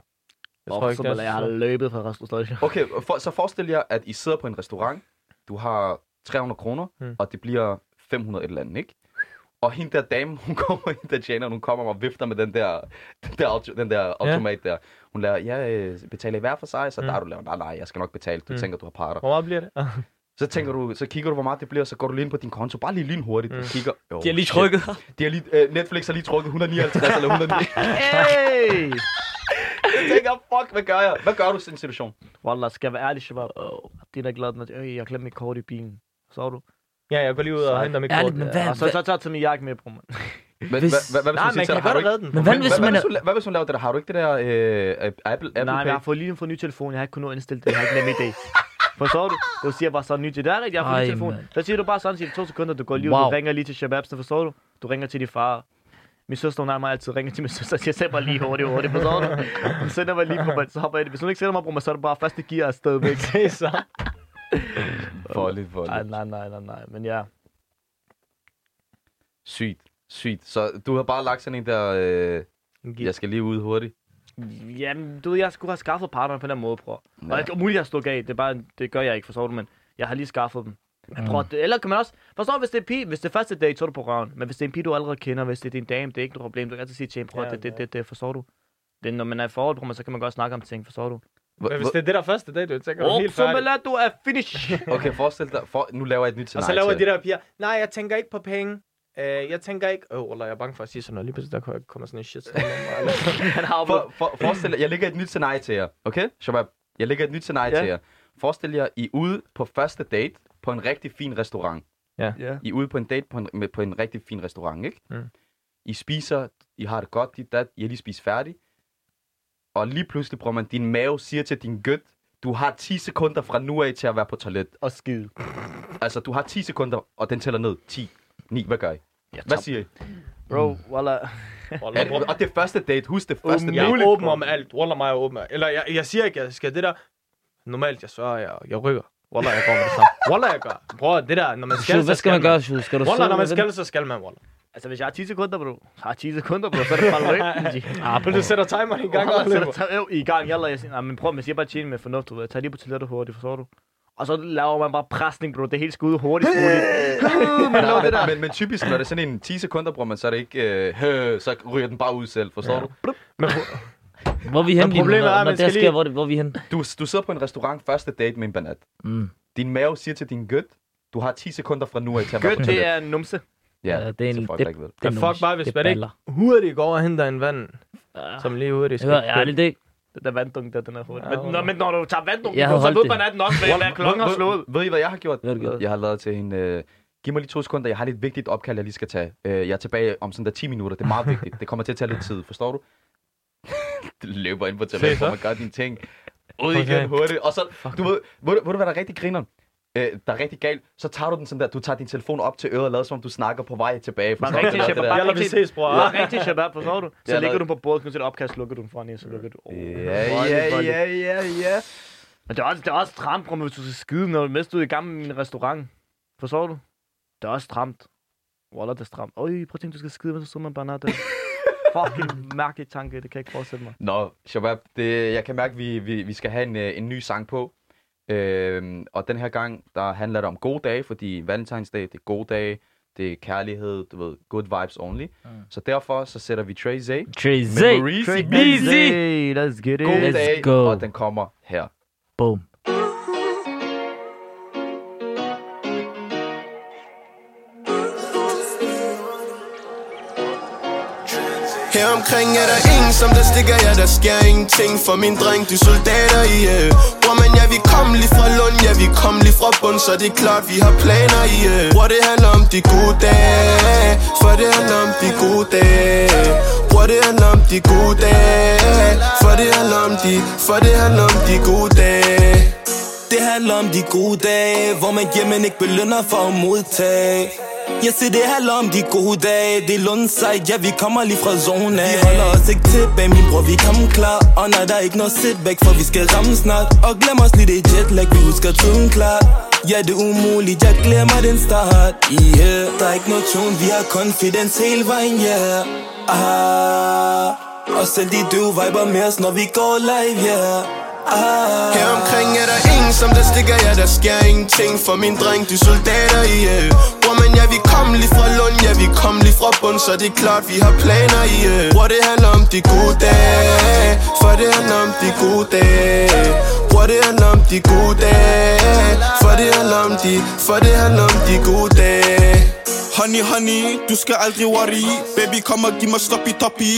Speaker 2: Jeg tror ikke, det er
Speaker 4: jeg har
Speaker 2: så...
Speaker 4: løbet fra restauranten.
Speaker 1: Okay, og for, så forestil jer, at I sidder på en restaurant, du har 300 kroner,
Speaker 2: Mm.
Speaker 1: mm. og det bliver 500 et eller andet, ikke? Og hende der dame, hun kommer, hende der tjener, hun kommer og vifter med den der, den der, auto, den der automat der. Hun lader, ja, øh, betale hver for sig, så
Speaker 2: Mm.
Speaker 1: mm. der er du lavet, nej, nej, jeg skal nok betale, du
Speaker 2: Mm.
Speaker 1: mm. tænker, du har parter.
Speaker 2: Hvor meget bliver det?
Speaker 1: Så tænker du, så kigger du, hvor meget det bliver, så går du lige ind på din konto, bare lige lynhurtigt,
Speaker 2: Mm.
Speaker 1: du kigger, jo,
Speaker 3: De har lige
Speaker 1: shit.
Speaker 3: trykket.
Speaker 1: De har lige, øh, Netflix har lige trukket 159 eller 109.
Speaker 4: Hey!
Speaker 1: Jeg tænker, fuck, hvad gør jeg? Hvad gør du i sådan en situation?
Speaker 4: Wallah, skal jeg være ærlig, shabab. Oh. Det er da glad, når øh, jeg glemte mit kort i bilen. Så du?
Speaker 2: Ja, jeg går lige ud og
Speaker 4: Så-
Speaker 2: henter mit kort.
Speaker 3: Ærligt, men hvad...
Speaker 4: Ja, og så, så tager jeg til min jakke med, bror, mand.
Speaker 1: Hvad,
Speaker 3: Hvis-
Speaker 1: hvad, hvad, hvad,
Speaker 2: Nej,
Speaker 1: hvis hun siger
Speaker 2: man kan
Speaker 1: til dig, har du
Speaker 2: godt
Speaker 1: ikke
Speaker 2: redde den.
Speaker 3: Men hvad
Speaker 1: Men
Speaker 3: hvis
Speaker 1: hvad, hvad,
Speaker 3: man
Speaker 1: hvis
Speaker 3: er...
Speaker 1: hun, la- hvad hvis hun laver det der? Har du ikke det der øh, Apple, Apple
Speaker 4: Nej, men
Speaker 1: Pay?
Speaker 4: jeg har fået lige fået en ny telefon. Jeg har ikke kunnet indstille det. Jeg har ikke nemt i dag. Forstår du? Du siger bare sådan nyt. Det er rigtigt, jeg har fået en ny
Speaker 3: Ej,
Speaker 4: telefon.
Speaker 3: mand.
Speaker 4: Så siger du bare sådan, siger du to sekunder, du går lige ud, wow.
Speaker 3: Wow.
Speaker 4: du ringer lige til shababsen, forstår du? Du ringer til din far. Min søster, hun har mig altid ringer til min søster, så jeg sender bare lige hurtigt, hurtigt, forstår du? Hun sender mig lige på, men så hopper jeg i det. Hvis hun ikke sender mig, bror, men så er det bare første gear afsted væk.
Speaker 2: Det er så.
Speaker 1: Voldeligt,
Speaker 4: Nej,
Speaker 1: voldeligt.
Speaker 4: nej, nej, nej, nej, men ja.
Speaker 1: Sygt, sygt. Så du har bare lagt sådan en der, øh, jeg skal lige ud hurtigt.
Speaker 4: Jamen, du ved, jeg skulle have skaffet partneren på den måde, bror. Ja. Og
Speaker 1: Ja.
Speaker 4: det er muligt, jeg stod af. Det, er bare, det gør jeg ikke, forstår du, men jeg har lige skaffet dem. Men bror, det, eller kan man også... Forstår du, hvis det er pige, hvis det er første date, så er du på røven. Men hvis det er en pige, du allerede kender, hvis det er din dame, det er ikke noget problem. Du kan altid sige til hende, bror,
Speaker 2: Ja,
Speaker 4: ja, det, det,
Speaker 2: ja.
Speaker 4: det, det, forstår du. Det, er, når man er i forhold, bror, men så kan man godt snakke om ting, forstår du?
Speaker 1: Hvor-
Speaker 2: Men hvis det er det der første dag, du tænker, oh,
Speaker 4: Åh,
Speaker 2: helt
Speaker 4: så
Speaker 2: færdig.
Speaker 4: belat, du er finish!
Speaker 1: hvor- Okay, forestil dig, for, nu laver jeg et nyt
Speaker 2: Og
Speaker 1: scenarie
Speaker 2: så laver
Speaker 1: til
Speaker 2: de der piger, nej, jeg tænker ikke på penge. Øh, jeg tænker ikke... Åh, oh, eller jeg er bange for at sige sådan noget. Lige pludselig, der kommer- kommer sådan en shit.
Speaker 4: Han har
Speaker 1: dig. For, for, forestil dig, jeg lægger et nyt scenarie til jer, okay? Shabab, jeg lægger et nyt scenarie
Speaker 4: Ja.
Speaker 1: til jer. Forestil jer, I er ude på første date på en rigtig fin restaurant.
Speaker 4: Ja.
Speaker 1: I er ude på en date på en, med, på en rigtig fin restaurant, ikke?
Speaker 2: Mm.
Speaker 1: I spiser, I har det godt, dit, dat, I har lige spist færdig. Og lige pludselig, bror man, din mave siger til din gødt, du har 10 sekunder fra nu af til at være på toilet.
Speaker 4: Og skide.
Speaker 1: Altså, du har 10 sekunder, og den tæller ned. 10, 9, hvad gør I?
Speaker 4: Jeg
Speaker 1: Hvad
Speaker 4: tager-
Speaker 1: siger I?
Speaker 4: Bro, walla.
Speaker 1: Er det, og det er første date, husk det første
Speaker 2: Jeg
Speaker 1: date.
Speaker 2: er åben om alt. Wallah mig er åben. Eller jeg, jeg siger ikke, jeg skal det der. Normalt, jeg svarer, jeg, jeg rykker. Wallah, jeg går med det samme. Wallah, jeg gør. Bror, det der, når man skal,
Speaker 3: Shu, hvad
Speaker 2: så
Speaker 3: skal man gøre, Shu? Skal du
Speaker 2: Wallah,
Speaker 3: sidde
Speaker 2: når man
Speaker 3: med
Speaker 2: skal, så skal man, wallah.
Speaker 4: Altså, hvis jeg har 10 sekunder, bro. Har 10 sekunder, bro, så er det bare løgten. G.
Speaker 2: Ah, du sætter timeren i gang.
Speaker 4: Gang, så
Speaker 2: wallah.
Speaker 4: der tager, øv, i gang, jeg lader, jeg siger, nej, men prøv, man siger bare tjene med fornuft, du ved, tag lige på toilettet hurtigt, forstår du? Og så laver man bare presning, bro, det hele skal ud hurtigt muligt. man laver det der.
Speaker 1: Men, men, men typisk, når det er sådan en 10 sekunder, bror man, så er det ikke, øh, øh, så ryger den bare ud selv, forstår ja. du?
Speaker 2: Men
Speaker 3: den? Hvor er vi hen
Speaker 2: Men
Speaker 3: lige nu?
Speaker 2: problemet er,
Speaker 3: Når-
Speaker 2: at
Speaker 3: Når
Speaker 2: man
Speaker 3: det her
Speaker 2: skal
Speaker 3: sker,
Speaker 2: lige-
Speaker 3: hvor er det- hvor er vi hen?
Speaker 1: du? Du sidder på en restaurant første date med en banat.
Speaker 3: Mm.
Speaker 1: Din mave siger til din gødt, du har 10 sekunder fra nu af til at være på
Speaker 4: Gødt, det
Speaker 1: toilet.
Speaker 4: er en numse.
Speaker 1: Ja,
Speaker 3: Ja,
Speaker 1: det er en, folk, det, der ikke ved.
Speaker 3: Det er
Speaker 2: Men
Speaker 3: nogle-
Speaker 2: fuck bare, hvis
Speaker 3: det
Speaker 2: man ikke-
Speaker 3: baller.
Speaker 2: hurtigt går og henter en vand,
Speaker 3: Ah.
Speaker 2: som lige hurtigt
Speaker 3: Jeg hører ærligt det.
Speaker 4: Den der vanddunk, der, den er hurtig.
Speaker 2: Ja,
Speaker 4: Men, når, men når du tager vanddunk,
Speaker 3: Jeg
Speaker 4: bro,
Speaker 3: havde
Speaker 4: så
Speaker 3: holdt
Speaker 4: ved
Speaker 3: det.
Speaker 4: man, at den nok hvad- hvad klokken har
Speaker 1: ved,
Speaker 4: slået.
Speaker 1: Ved I, hvad jeg har gjort?
Speaker 3: Hvad har du gjort?
Speaker 1: Jeg har lavet til hende, øh, giv mig lige to sekunder, jeg har lige et vigtigt opkald, jeg lige skal tage. Øh, jeg er tilbage om sådan der 10 minutter, det er meget vigtigt. Det kommer til at tage lidt tid, forstår du? det løber ind på toilettet,
Speaker 2: Se så.
Speaker 1: hvor man gør dine ting. Ud
Speaker 2: Okay.
Speaker 1: igen hurtigt, og så, du ved, ved, du- ved du, hvad der er rigtig griner? øh, der er rigtig galt, så tager du den sådan der, du tager din telefon op til øret og lader som om du snakker på vej tilbage.
Speaker 4: Bare
Speaker 1: Forstår du?
Speaker 4: rigtig
Speaker 1: Det
Speaker 4: shabab.
Speaker 1: der-
Speaker 4: Bare
Speaker 2: Jeg lader vi
Speaker 4: rigtig-
Speaker 2: ses, bror.
Speaker 4: Bare rigtig shabab, forstår du? Så
Speaker 1: Ja,
Speaker 4: ligger
Speaker 1: der-
Speaker 4: du på bordet, kun til et opkast, lukker du den foran i, så lukker du. Åh,
Speaker 1: Ja,
Speaker 4: voldelig,
Speaker 1: Øh, ja,
Speaker 4: voldelig.
Speaker 1: ja, ja, ja.
Speaker 4: Men det er også, det er også stramt, bror, hvis du skal skide, når mens du er i gang med min restaurant. Forstår du? Det er også stramt. Wallah, det er stramt. Øj, prøv at tænke, du skal skide, mens du sidder med en banan der. Fucking mærkelig tanke, det kan jeg ikke forestille mig.
Speaker 1: Nå, Shabab, det, jeg kan mærke, at vi, vi, vi skal have en, øh, en ny sang på. Øhm, og den her gang, der handler det om gode dage, fordi valentinsdag, det er gode dage, det er kærlighed, du ved, good vibes only. Mm. Så derfor, så sætter vi Trey Z.
Speaker 3: Crazy.
Speaker 1: Maurice,
Speaker 3: Easy.
Speaker 4: Hey, let's get it.
Speaker 1: gode
Speaker 3: Let's
Speaker 1: dage,
Speaker 3: go.
Speaker 1: og den kommer her.
Speaker 3: Boom.
Speaker 5: Her omkring er der ingen, som der stikker jer, der sker ingenting For min dreng, de soldater i yeah. Bror, men ja, vi kom lige fra Lund, ja, vi kom lige fra bund Så det er klart, vi har planer i yeah. Bror, det handler om de gode dage For det handler om de gode dage Bror, det handler om de gode dage For det handler om de, for det handler om de gode dage
Speaker 7: Det handler om de gode dage, hvor man hjemmen ikke belønner for at modtage. Jeg siger, det handler om de gode dage, det er lundsejt, ja vi kommer lige fra zone af. Vi holder os ikke tilbage, min bror, vi kom klar, og nej, der er ikke noget setback, for vi skal ramme snart. Og glem os lige det jetlag, vi husker tiden klart. Ja, det er umuligt, jeg glemmer den start, yeah. Der er ikke noget tone, vi har confidence hele vejen, yeah. Ah, og selv de døve viber med os, når vi går live, yeah. Ah.
Speaker 5: Her omkring er der ingen, som der stikker jer, der sker ingenting For min dreng, de soldater i yeah. Bror, men ja, vi kom lige fra Lund, ja, vi kom lige fra bund Så det er klart, vi har planer i yeah. Bror, det handler om de gode dage For det handler om de gode dage Bror, det handler om de gode dage For det handler om de, for det handler om de gode dage
Speaker 7: Honey, honey, du skal aldrig worry Baby, kom og giv mig stop i top i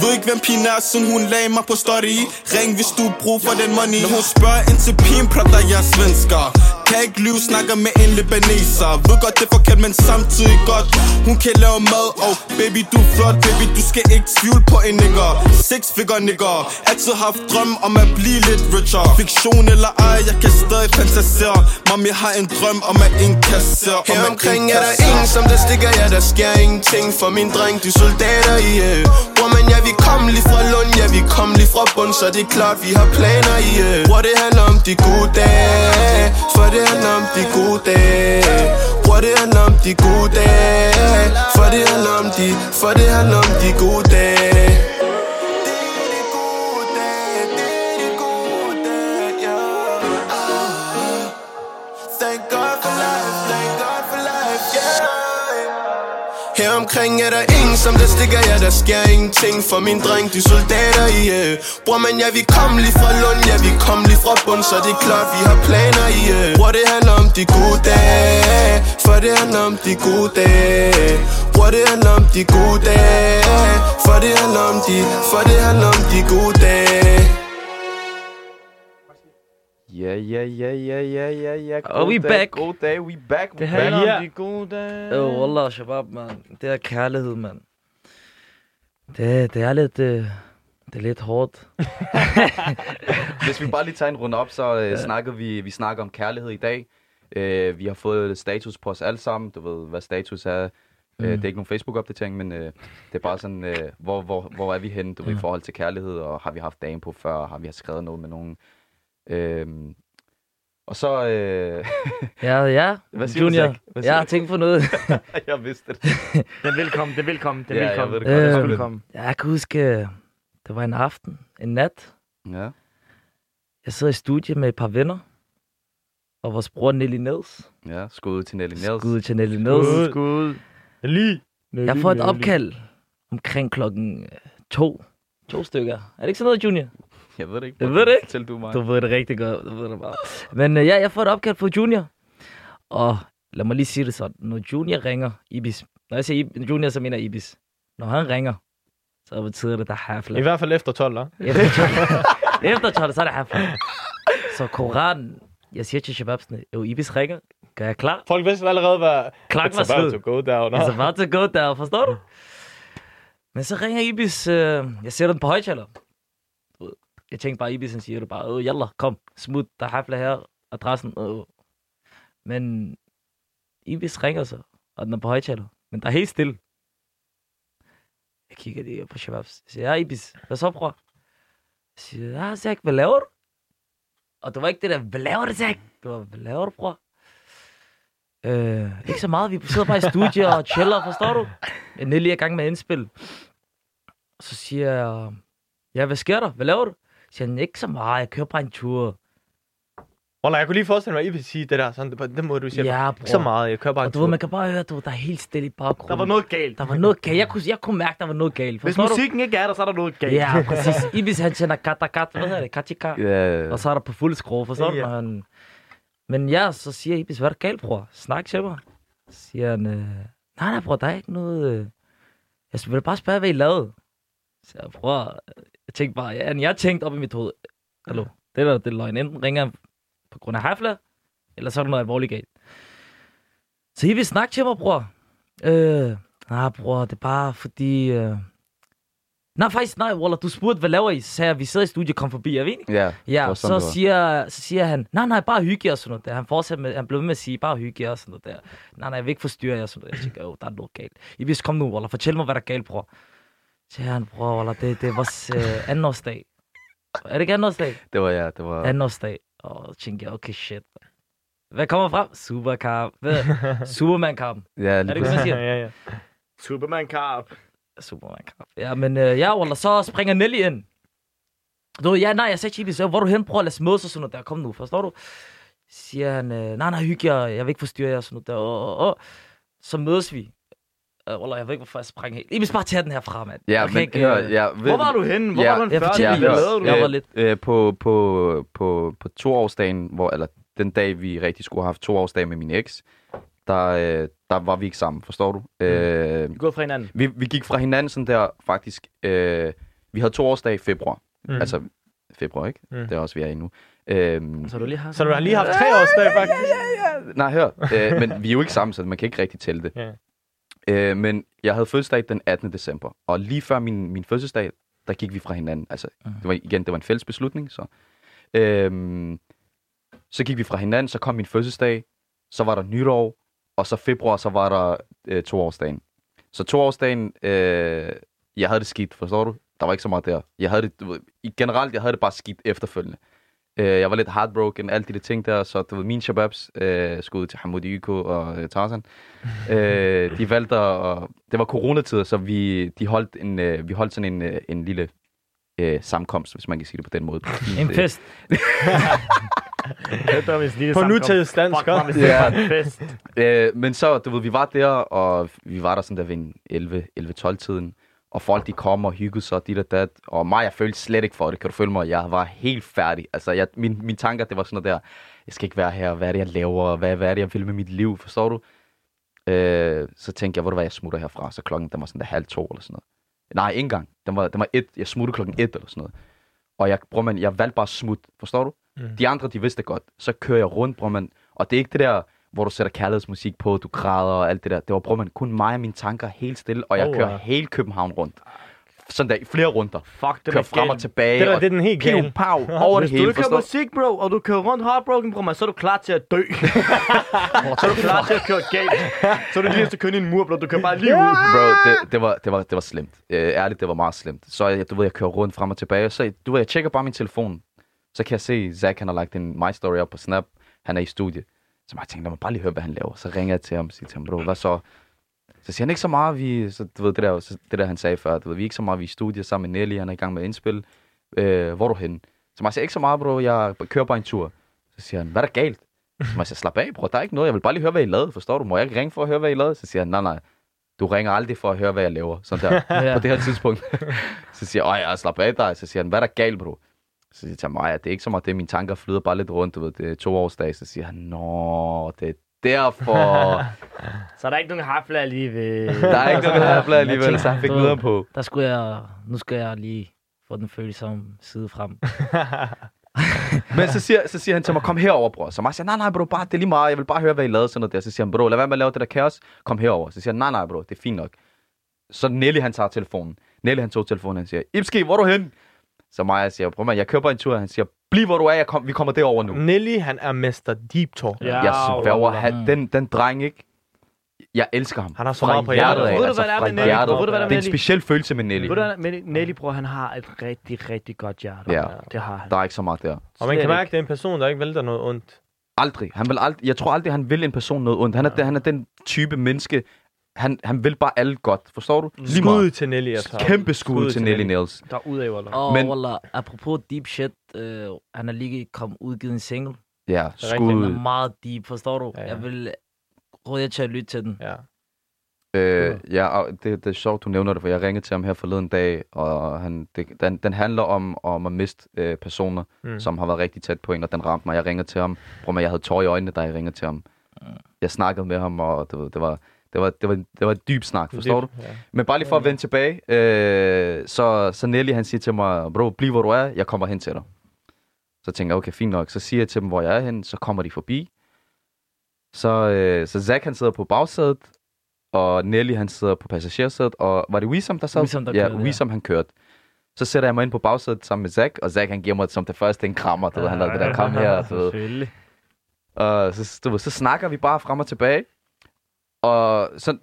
Speaker 7: Ved ikke, hvem pigen er, siden hun lagde mig på story Ring, hvis du har brug for den money Når hun spørger ind til pigen, prater jeg er svensker Kan ikke lyve, snakker med en libaneser Ved godt, det er forkert, men samtidig godt Hun kan lave mad, og baby, du er flot Baby, du skal ikke tvivle på en nigger Six figure nigger Altid haft drøm om at blive lidt richer Fiktion eller ej, jeg kan stadig fantasere Mom, jeg har en drøm om at inkassere om
Speaker 5: Her
Speaker 7: at
Speaker 5: omkring er der
Speaker 7: inkassere.
Speaker 5: ingen, som der stikker jer, der sker ingenting For min dreng, de soldater i yeah. Bror, men ja, vi kom lige fra Lund, ja, vi kom lige fra bund Så det er klart, vi har planer i yeah. Bror, det handler om de gode dage For det handler om de gode dage Bror, det handler om de gode dage For det handler om de, for det handler om de gode dage Ah, Thank God for life, thank God for life, yeah. Her omkring er der ingen, som der stikker jer, der sker ingenting For min dreng, de soldater i yeah. Bror, men ja, vi kom lige fra Lund, ja, vi kom lige fra bund Så det er klart, vi har planer i yeah. Bror, det handler om de gode dage For det handler om de gode dage Bror, det handler om de gode dage For det handler om de, for det handler om de gode dage
Speaker 1: Ja, ja, ja, ja, ja, ja, ja.
Speaker 3: Og
Speaker 1: Gode
Speaker 3: we
Speaker 1: dage,
Speaker 3: back.
Speaker 1: Gode dage, we back.
Speaker 4: Det
Speaker 1: we
Speaker 4: handler
Speaker 1: back.
Speaker 2: Ja.
Speaker 4: om de gode dage.
Speaker 3: Øh, wallah, shabab, man. Det er kærlighed, man. Det, det er lidt... Øh, det er lidt hårdt.
Speaker 1: Hvis vi bare lige tager en runde op, så øh, snakker vi, vi snakker om kærlighed i dag. Øh, vi har fået status på os alle sammen. Du ved, hvad status er. Mm. Øh, det er ikke nogen Facebook-opdatering, men øh, det er bare sådan, øh, hvor, hvor, hvor er vi henne du ved, i forhold til kærlighed, og har vi haft dagen på før, har vi har skrevet noget med nogen. Øh, og så... Øh,
Speaker 3: Ja, ja.
Speaker 1: Hvad siger du,
Speaker 3: Junior,
Speaker 1: Zack? Hvad siger
Speaker 3: jeg har
Speaker 1: du?
Speaker 3: tænkt på noget.
Speaker 1: jeg vidste det.
Speaker 4: Den velkommen, den velkommen, den
Speaker 1: Ja, jeg
Speaker 4: velkommen.
Speaker 1: ved det
Speaker 4: Den
Speaker 3: godt.
Speaker 4: velkommen.
Speaker 3: Øh,
Speaker 4: velkommen.
Speaker 3: Jeg kan huske, øh, det var en aften, en nat.
Speaker 1: Ja.
Speaker 3: Jeg sidder i studiet med et par venner. Og vores bror Nelly Nels.
Speaker 1: Ja, skud til Nelly Niels.
Speaker 3: Skud til Nelly Nels.
Speaker 4: Skud.
Speaker 2: Lige.
Speaker 3: Jeg får et opkald omkring klokken øh, to. To stykker. Er det ikke sådan noget, Junior?
Speaker 1: Jeg ved det ikke.
Speaker 3: Jeg ved det ikke.
Speaker 1: Til du mig.
Speaker 3: Du ved det rigtig godt. Du ved det bare. Men øh, ja, jeg får et opkald fra Junior. Og lad mig lige sige det sådan. Når Junior ringer Ibis. Når jeg siger Ib- Junior, så mener jeg Ibis. Når han ringer, så betyder det, der er hafler.
Speaker 2: I hvert fald efter 12, da.
Speaker 3: Efter tolv. Efter tolv, så er det hafler. Så Koranen. Jeg siger til shababsene, jo, Ibis ringer. Gør jeg klar?
Speaker 2: Folk vidste allerede, hvad...
Speaker 3: Klak var
Speaker 2: It's about
Speaker 3: sød. Altså-
Speaker 2: to go down.
Speaker 3: It's
Speaker 2: ah.
Speaker 3: about to go down, forstår du? Men så ringer Ibis, øh, jeg ser den på højtaler. Du ved, Jeg tænkte bare, Ibis han siger det bare, øh, jalla, kom, smut, der er hafler her, adressen, øh. Men Ibis ringer så, og den er på højtaler. Men der er helt stille. Jeg kigger lige på Shababs. Jeg siger, ja, Ibis, hvad så, bror? Jeg siger, ja, Zach, hvad laver du? Og det var ikke det der, hvad laver du, Zach? Det var, hvad laver du, bror? Øh, ikke så meget, vi sidder bare i studiet og chiller, forstår du? Nelly er i gang med at indspille. Og så siger jeg, ja, hvad sker der? Hvad laver du? Så siger han, ikke så meget, jeg kører bare en tur.
Speaker 2: Wallah, jeg kunne lige forestille mig, at I ville sige det der. Sådan, på den måde, du siger.
Speaker 3: Ja, bror.
Speaker 2: Ikke så meget, jeg kører bare en
Speaker 3: Og du
Speaker 2: tur.
Speaker 3: ved, man kan bare høre, du, ved, der er helt stille i baggrunden.
Speaker 4: Der var noget galt.
Speaker 3: der var noget galt. Jeg kunne, jeg kunne mærke, der var noget galt.
Speaker 4: Hvis
Speaker 3: Forstår du?
Speaker 4: musikken ikke er der, så er der noget galt.
Speaker 3: Ja, præcis. Ibis, han tjener kata kata, hvad hedder det? Katika.
Speaker 1: Ja,
Speaker 3: Og så er der på fuld skrue, forstår du?
Speaker 2: Ja.
Speaker 3: når Han... Men ja, så siger Ibis, hvad er der galt, bror? Snak til mig. Så siger han, øh, nej, nej, bror, der er ikke noget... øh, Jeg ville bare spørge, hvad I lavede. Så jeg, bror, jeg tænkte bare, ja, jeg tænkte op i mit hoved, hallo, det der, det er løgn. Enten ringer han på grund af hafla, eller så er der noget alvorligt galt. Så Ibis, snak til mig, bror. Øh, nej, bror, det er bare fordi... Øh... Nej, faktisk nej, Waller, du spurgte, hvad laver I? Så sagde jeg, vi sidder i studiet, kom forbi, jeg ved ikke?
Speaker 1: ja, det
Speaker 3: Ja,
Speaker 1: var
Speaker 3: så
Speaker 1: sådan, det
Speaker 3: siger, så siger han, nej, nej, bare hygge jer og sådan noget der. Han, fortsætter med, han blev ved med at sige, bare hygge jer og sådan noget der. Nej, nej, jeg vil ikke forstyrre jer og sådan noget. Jeg tænker, jo, der er noget galt. I vidste, kom nu, Waller, fortæl mig, hvad der er galt, bror. Så siger han, bror, Waller, det, det er vores øh, andenårsdag. Er det ikke andenårsdag?
Speaker 1: var. Det var, ja, det var...
Speaker 3: Andenårsdag. Og så tænkte jeg, okay, shit. Hvad kommer frem? Superkamp. Hvad? Superman-kamp.
Speaker 1: Ja,
Speaker 3: Er
Speaker 1: lige
Speaker 3: det ikke,
Speaker 1: præcis.
Speaker 3: man siger?
Speaker 2: ja, ja.
Speaker 4: Superman Carp.
Speaker 3: Superman-kamp. Ja, men øh, ja, Wallah, så springer Nelly ind. Du, ved, ja, nej, jeg sagde Chibis, hvor er du hen, prøv at lade os mødes og sådan noget der. Kom nu, forstår du? Siger han, øh, nej, nej, hygge jer, jeg vil ikke forstyrre jer og sådan noget der. Og, og, og. Så mødes vi. Øh, Wallah, jeg ved ikke, hvorfor jeg sprang helt. Ibis, bare tag den her fra, mand.
Speaker 1: Ja,
Speaker 3: Jeg kan
Speaker 1: men
Speaker 3: ikke,
Speaker 1: hør,
Speaker 3: øh,
Speaker 1: ja, ved,
Speaker 4: Hvor var du henne? Hvor
Speaker 1: Ja,
Speaker 4: var du henne
Speaker 3: jeg
Speaker 4: før?
Speaker 3: fortæller
Speaker 1: Ja,
Speaker 3: lige,
Speaker 4: Hvad
Speaker 1: hør,
Speaker 4: lavede du?
Speaker 3: Jeg var
Speaker 1: øh,
Speaker 3: lidt-
Speaker 1: øh, på, på, på, på toårsdagen, hvor, eller den dag, vi rigtig skulle have haft toårsdag med min eks, der, øh, der var vi ikke sammen, forstår du? Øh,
Speaker 4: Vi er gået fra hinanden.
Speaker 1: vi, vi gik fra hinanden sådan der, faktisk, øh, vi havde toårsdag i februar. Mm. Altså, februar, ikke? Mm.
Speaker 2: Mm.
Speaker 1: Det er også, vi er i nu. Øhm,
Speaker 4: Så du lige har...
Speaker 2: Så du har lige haft tre års dag, faktisk.
Speaker 1: nej, hør, øh, men vi er jo ikke sammen, så man kan ikke rigtig tælle det.
Speaker 2: Ja.
Speaker 1: Øh, men jeg havde fødselsdag den 18. december, og lige før min, min fødselsdag, der gik vi fra hinanden. Altså, det var, igen, det var en fælles beslutning, så... Øhm, så gik vi fra hinanden, så kom min fødselsdag, så var der nytår, og så februar, så var der øh, toårsdagen. Så toårsdagen, øh, jeg havde det skidt, forstår du? Der var ikke så meget der. Jeg havde det, du ved, i- generelt, jeg havde det bare skidt efterfølgende. Øh, jeg var lidt heartbroken, alle de der ting der, så du ved, mine shababs, øh, skud til Hamoud YK og øh, Tarzan, øh, de valgte at, og det var coronatider, så vi, de holdt, en, øh, vi holdt sådan en, øh, en lille øh, sammenkomst, hvis man kan sige det på den måde. Øh,
Speaker 3: En fest.
Speaker 2: På nutids dansk,
Speaker 4: Fuck, man,
Speaker 2: også.
Speaker 4: hvis det
Speaker 1: Ja.
Speaker 4: var en fest.
Speaker 1: Øh, men så, du ved, vi var der, og vi var der sådan der ved en 11 11-12-tiden, og folk de kom og hyggede sig, og dit og dat, og mig, jeg følte slet ikke for det, kan du følge mig? Jeg var helt færdig, altså jeg, min, mine tanker, det var sådan noget der, jeg skal ikke være her, hvad er det, jeg laver, hvad, hvad er det, jeg vil med mit liv, forstår du? Øh, så tænkte jeg, hvor du hvad, jeg smutter herfra, så klokken, den var sådan der halv to eller sådan noget. Nej, ikke engang, den var, den var et, jeg smuttede klokken et eller sådan noget. Og jeg, bror man, jeg valgte bare smut, forstår du? Mm. De andre, de vidste det godt. Så kører jeg rundt, bror man. Og det er ikke det der, hvor du sætter kærlighedsmusik på, du græder og alt det der. Det var, bror man, kun mig og mine tanker helt stille, og jeg
Speaker 2: Oh,
Speaker 1: oh, kører
Speaker 2: wow.
Speaker 1: hele København rundt. Sådan der, i flere runder.
Speaker 4: Fuck, det
Speaker 1: kører
Speaker 4: var
Speaker 1: frem og tilbage.
Speaker 2: Det der,
Speaker 1: og
Speaker 2: det er den helt
Speaker 1: piv,
Speaker 2: gale.
Speaker 1: pav, over det
Speaker 4: Hvis du
Speaker 1: hele,
Speaker 4: ikke hører
Speaker 1: forstår du?
Speaker 4: musik, bro, og du kører rundt heartbroken, bro, man, så er du klar til at dø. så er du klar til at køre galt. Så er du lige efter kønne en mur, bro. Du kører bare lige ud.
Speaker 1: Bro, det, det, var, det, var, det var slemt. Øh, ærligt, det var meget slemt. Så jeg, du ved, jeg kører rundt frem og tilbage, og så, du ved, jeg tjekker bare min telefon. Så kan jeg se, Zach, han har lagt en My Story op på Snap. Han er i studie. Så jeg tænkte, lad mig bare lige høre, hvad han laver. Så ringer jeg til ham og siger til ham, bro, hvad så? Så siger han ikke så meget, vi, så, du ved, det der, så, det der han sagde før, du ved, vi er ikke så meget, vi er i studiet sammen med Nelly, han er i gang med at indspille. Øh, hvor er du henne? Så jeg siger ikke så meget, bro, jeg kører bare en tur. Så siger han, hvad er der galt? Så jeg siger, slap af, bror, der er ikke noget, jeg vil bare lige høre, hvad I lavede, forstår du? Må jeg ikke ringe for at høre, hvad I lavede? Så siger han, nej, nej, du ringer aldrig for at høre, hvad jeg laver, sådan der,
Speaker 3: Ja.
Speaker 1: på det her tidspunkt. så siger jeg, jeg slap af dig. Så siger han, hvad er der galt, bro? Så siger jeg til mig, det er ikke så meget det, mine tanker flyder bare lidt rundt, du ved, det er to årsdag. Så siger han, nå, det er derfor.
Speaker 4: Så er der ikke nogen hafle alligevel.
Speaker 1: Der er ikke noget hafler alligevel, så han fik
Speaker 3: Du ved,
Speaker 1: videre på.
Speaker 3: Der skulle jeg, nu skal jeg lige få den følsomme side frem.
Speaker 1: Men så siger, så siger han til mig, kom herover, bror. Så jeg siger, nej, nej, bro, bare, det er lige meget. Jeg vil bare høre, hvad I lavede sådan noget der. Så siger han, bro, lad være med at lave det der kaos. Kom herover. Så siger han, nej, nej, bro, det er fint nok. Så Nelly, han tager telefonen. Nelly, han tog telefonen, han siger, Ipski, hvor er du hen? Så Maja siger, prøv man, jeg køber en tur. Han siger, bliv hvor du er, jeg kom, vi kommer derover nu.
Speaker 2: Nelly, han er mester deep talk. Mm. Ja.
Speaker 1: Jeg sværger, han, den, den dreng, ikke? Jeg elsker ham.
Speaker 2: Han har så
Speaker 1: Fra
Speaker 2: meget på hjertet.
Speaker 1: af,
Speaker 4: Ved du,
Speaker 1: altså,
Speaker 4: hvad der er
Speaker 1: fra
Speaker 4: med Nelly?
Speaker 1: hjertet.
Speaker 4: Ved du, hvad
Speaker 1: Det er
Speaker 4: der er
Speaker 1: en
Speaker 4: med Nelly?
Speaker 1: speciel følelse med Nelly.
Speaker 4: Ved du, hvad, men Nelly, bror, han har et rigtig, rigtig godt hjerte.
Speaker 1: Ja.
Speaker 4: Det har han.
Speaker 1: Der er ikke så meget der.
Speaker 2: Og man kan
Speaker 4: Slet
Speaker 2: mærke,
Speaker 4: ikke. Mm.
Speaker 2: at det er en person, der ikke vælter noget ondt.
Speaker 1: Aldrig. Han vil aldrig. Jeg tror aldrig, han vil en person noget ondt. Han er, ja. han er den type menneske. Han, han vil bare alle godt. Forstår du? Lige
Speaker 2: Skud
Speaker 1: meget.
Speaker 2: til Nelly, jeg tager.
Speaker 1: Mm. Kæmpe skud,
Speaker 2: Skud
Speaker 1: til,
Speaker 2: til
Speaker 1: Nelly
Speaker 2: Nelly.
Speaker 1: Niels.
Speaker 4: Der er ud af, Wallah.
Speaker 3: Og
Speaker 1: Men-
Speaker 3: Men... Wallah, apropos deep shit, øh, han er lige kommet udgivet en single.
Speaker 1: Ja,
Speaker 2: rigtigt.
Speaker 3: Den
Speaker 1: skud.
Speaker 3: er meget deep, forstår du?
Speaker 2: Ja,
Speaker 3: Ja,
Speaker 2: ja.
Speaker 3: ja. Jeg vil råde jer til at lytte til den.
Speaker 2: Ja.
Speaker 1: Øh, ja, og det, det er sjovt, du nævner det, for jeg ringede til ham her forleden dag, og han, det, den, den handler om, om at miste øh, personer,
Speaker 2: Mm.
Speaker 1: mm. som har været rigtig tæt på en, og den ramte mig. Jeg ringede til ham. Prøv med, jeg havde tårer i øjnene, da jeg ringede til ham. Jeg snakkede med ham, og det, var- det var... Det var, det, var, det var en dyb snak, forstår du?
Speaker 2: Ja.
Speaker 1: Men bare lige for at vende tilbage, øh, så, så Nelly han siger til mig, bro, bliv hvor du er, jeg kommer hen til dig. Så tænker jeg, okay, fint nok. Så siger jeg til dem, hvor jeg er hen, så kommer de forbi. Så, øh, så Zack han sidder på bagsædet, og Nelly han sidder på passagersædet, og var det Wisam, der sad?
Speaker 3: Wissam, der
Speaker 1: ja,
Speaker 3: kørte, ja.
Speaker 1: Wisam han kørte. Så sætter jeg mig ind på bagsædet sammen med Zack, og Zack han giver mig som det første en krammer, du ved, han lavede det
Speaker 2: Ah,
Speaker 1: der kram her, du ved.
Speaker 4: Selvfølgelig.
Speaker 1: Og så, du ved, så snakker vi bare frem og tilbage. Og så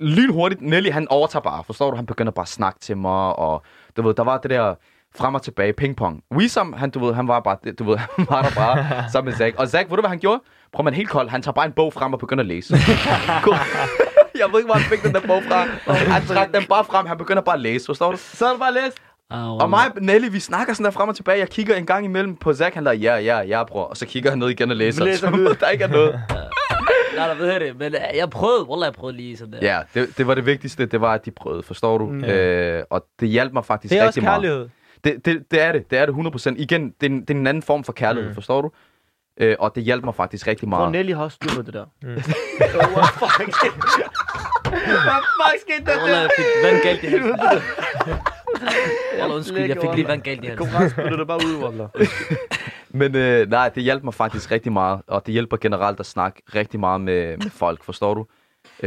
Speaker 1: lynhurtigt, Nelly han overtager bare, forstår du? Han begynder bare at snakke til mig, og du ved, der var det der frem og tilbage, pingpong. Wisam, han, du ved, han var bare, du ved, han var der bare sammen med Zack. Og Zack, ved du, hvad han gjorde? Prøv man helt koldt, han tager bare en bog frem og begynder at læse. God. Jeg ved ikke, hvor han fik den der bog fra. Han trak den bare frem, han begynder bare at læse, forstår du?
Speaker 2: Så er det bare læst.
Speaker 3: Ah,
Speaker 1: Og mig og Nelly, vi snakker sådan der frem og tilbage. Jeg kigger en gang imellem på Zack, han lader, ja, ja, ja, bror. Og så kigger han ned igen og læser,
Speaker 4: Læser
Speaker 1: som om der ikke er noget.
Speaker 3: Nej, nej, ved jeg det. Men øh, jeg prøvede, Wallah, jeg prøvede lige sådan der.
Speaker 1: Ja, det, det var det vigtigste, det var, at de prøvede, forstår du? Mm. Øh, og det hjalp mig faktisk
Speaker 2: Det er også
Speaker 1: rigtig meget.
Speaker 2: kærlighed.
Speaker 1: Det, det, det er det, det er det 100%. Igen, det er en, det er en anden form for kærlighed, mm. forstår du? Øh, og det hjalp mig faktisk rigtig
Speaker 4: Bror,
Speaker 1: meget.
Speaker 4: Nelly har også styr på det der.
Speaker 2: Mm.
Speaker 3: Wallah, jeg fik vand galt i halsen. Wallah, undskyld, jeg fik lige vand galt i halsen.
Speaker 4: Konkurrence blev det bare ud, Wallah.
Speaker 1: Men øh, nej, det hjalp mig faktisk rigtig meget, og det hjælper generelt at snakke rigtig meget med, med folk, forstår du?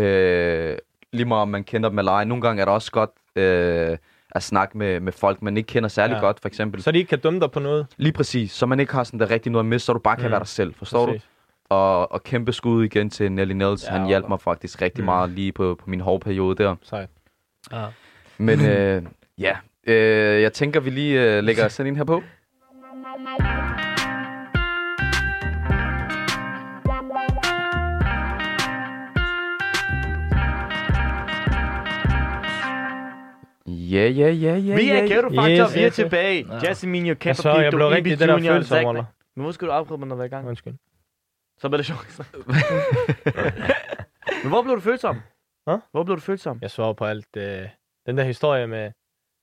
Speaker 1: Øh, lige meget om man kender dem eller ej. Nogle gange er det også godt øh, at snakke med, med folk, man ikke kender særlig
Speaker 2: Ja.
Speaker 1: ja. godt, for eksempel.
Speaker 2: Så de ikke kan dømme dig på noget.
Speaker 1: Lige præcis, så man ikke har sådan der rigtig noget at miste, så du bare kan
Speaker 2: Mm.
Speaker 1: mm. være dig selv, forstår du?
Speaker 2: Præcis.
Speaker 1: Og, og kæmpe skud igen til Nelly Niels.
Speaker 2: Ja,
Speaker 1: Ja, han
Speaker 2: og-
Speaker 1: hjalp mig faktisk rigtig
Speaker 2: Mm.
Speaker 1: mm. meget lige på, på min hårdperiode der.
Speaker 2: Sejt.
Speaker 1: Men
Speaker 4: Mm-hmm.
Speaker 1: øh, ja, øh, jeg tænker, vi lige øh, lægger sådan en her på. Ja, ja, ja, ja,
Speaker 4: Vi er
Speaker 1: ja.
Speaker 4: Ghetto
Speaker 2: Yes,
Speaker 4: Factor, vi er
Speaker 2: yes, yes.
Speaker 4: tilbage.
Speaker 3: Ja.
Speaker 4: Jasmine, you
Speaker 2: Jeg
Speaker 4: can't
Speaker 2: så, Altså, jeg blev rigtig det der følelse om, Wallah.
Speaker 4: Men hvor skal du afbryde mig, når vi er i gang?
Speaker 2: Undskyld.
Speaker 4: Så bliver det sjovt. Men hvor blev du følsom?
Speaker 2: Hva?
Speaker 4: Hvor blev du følsom?
Speaker 2: Jeg svarer på alt. Øh, den der historie med,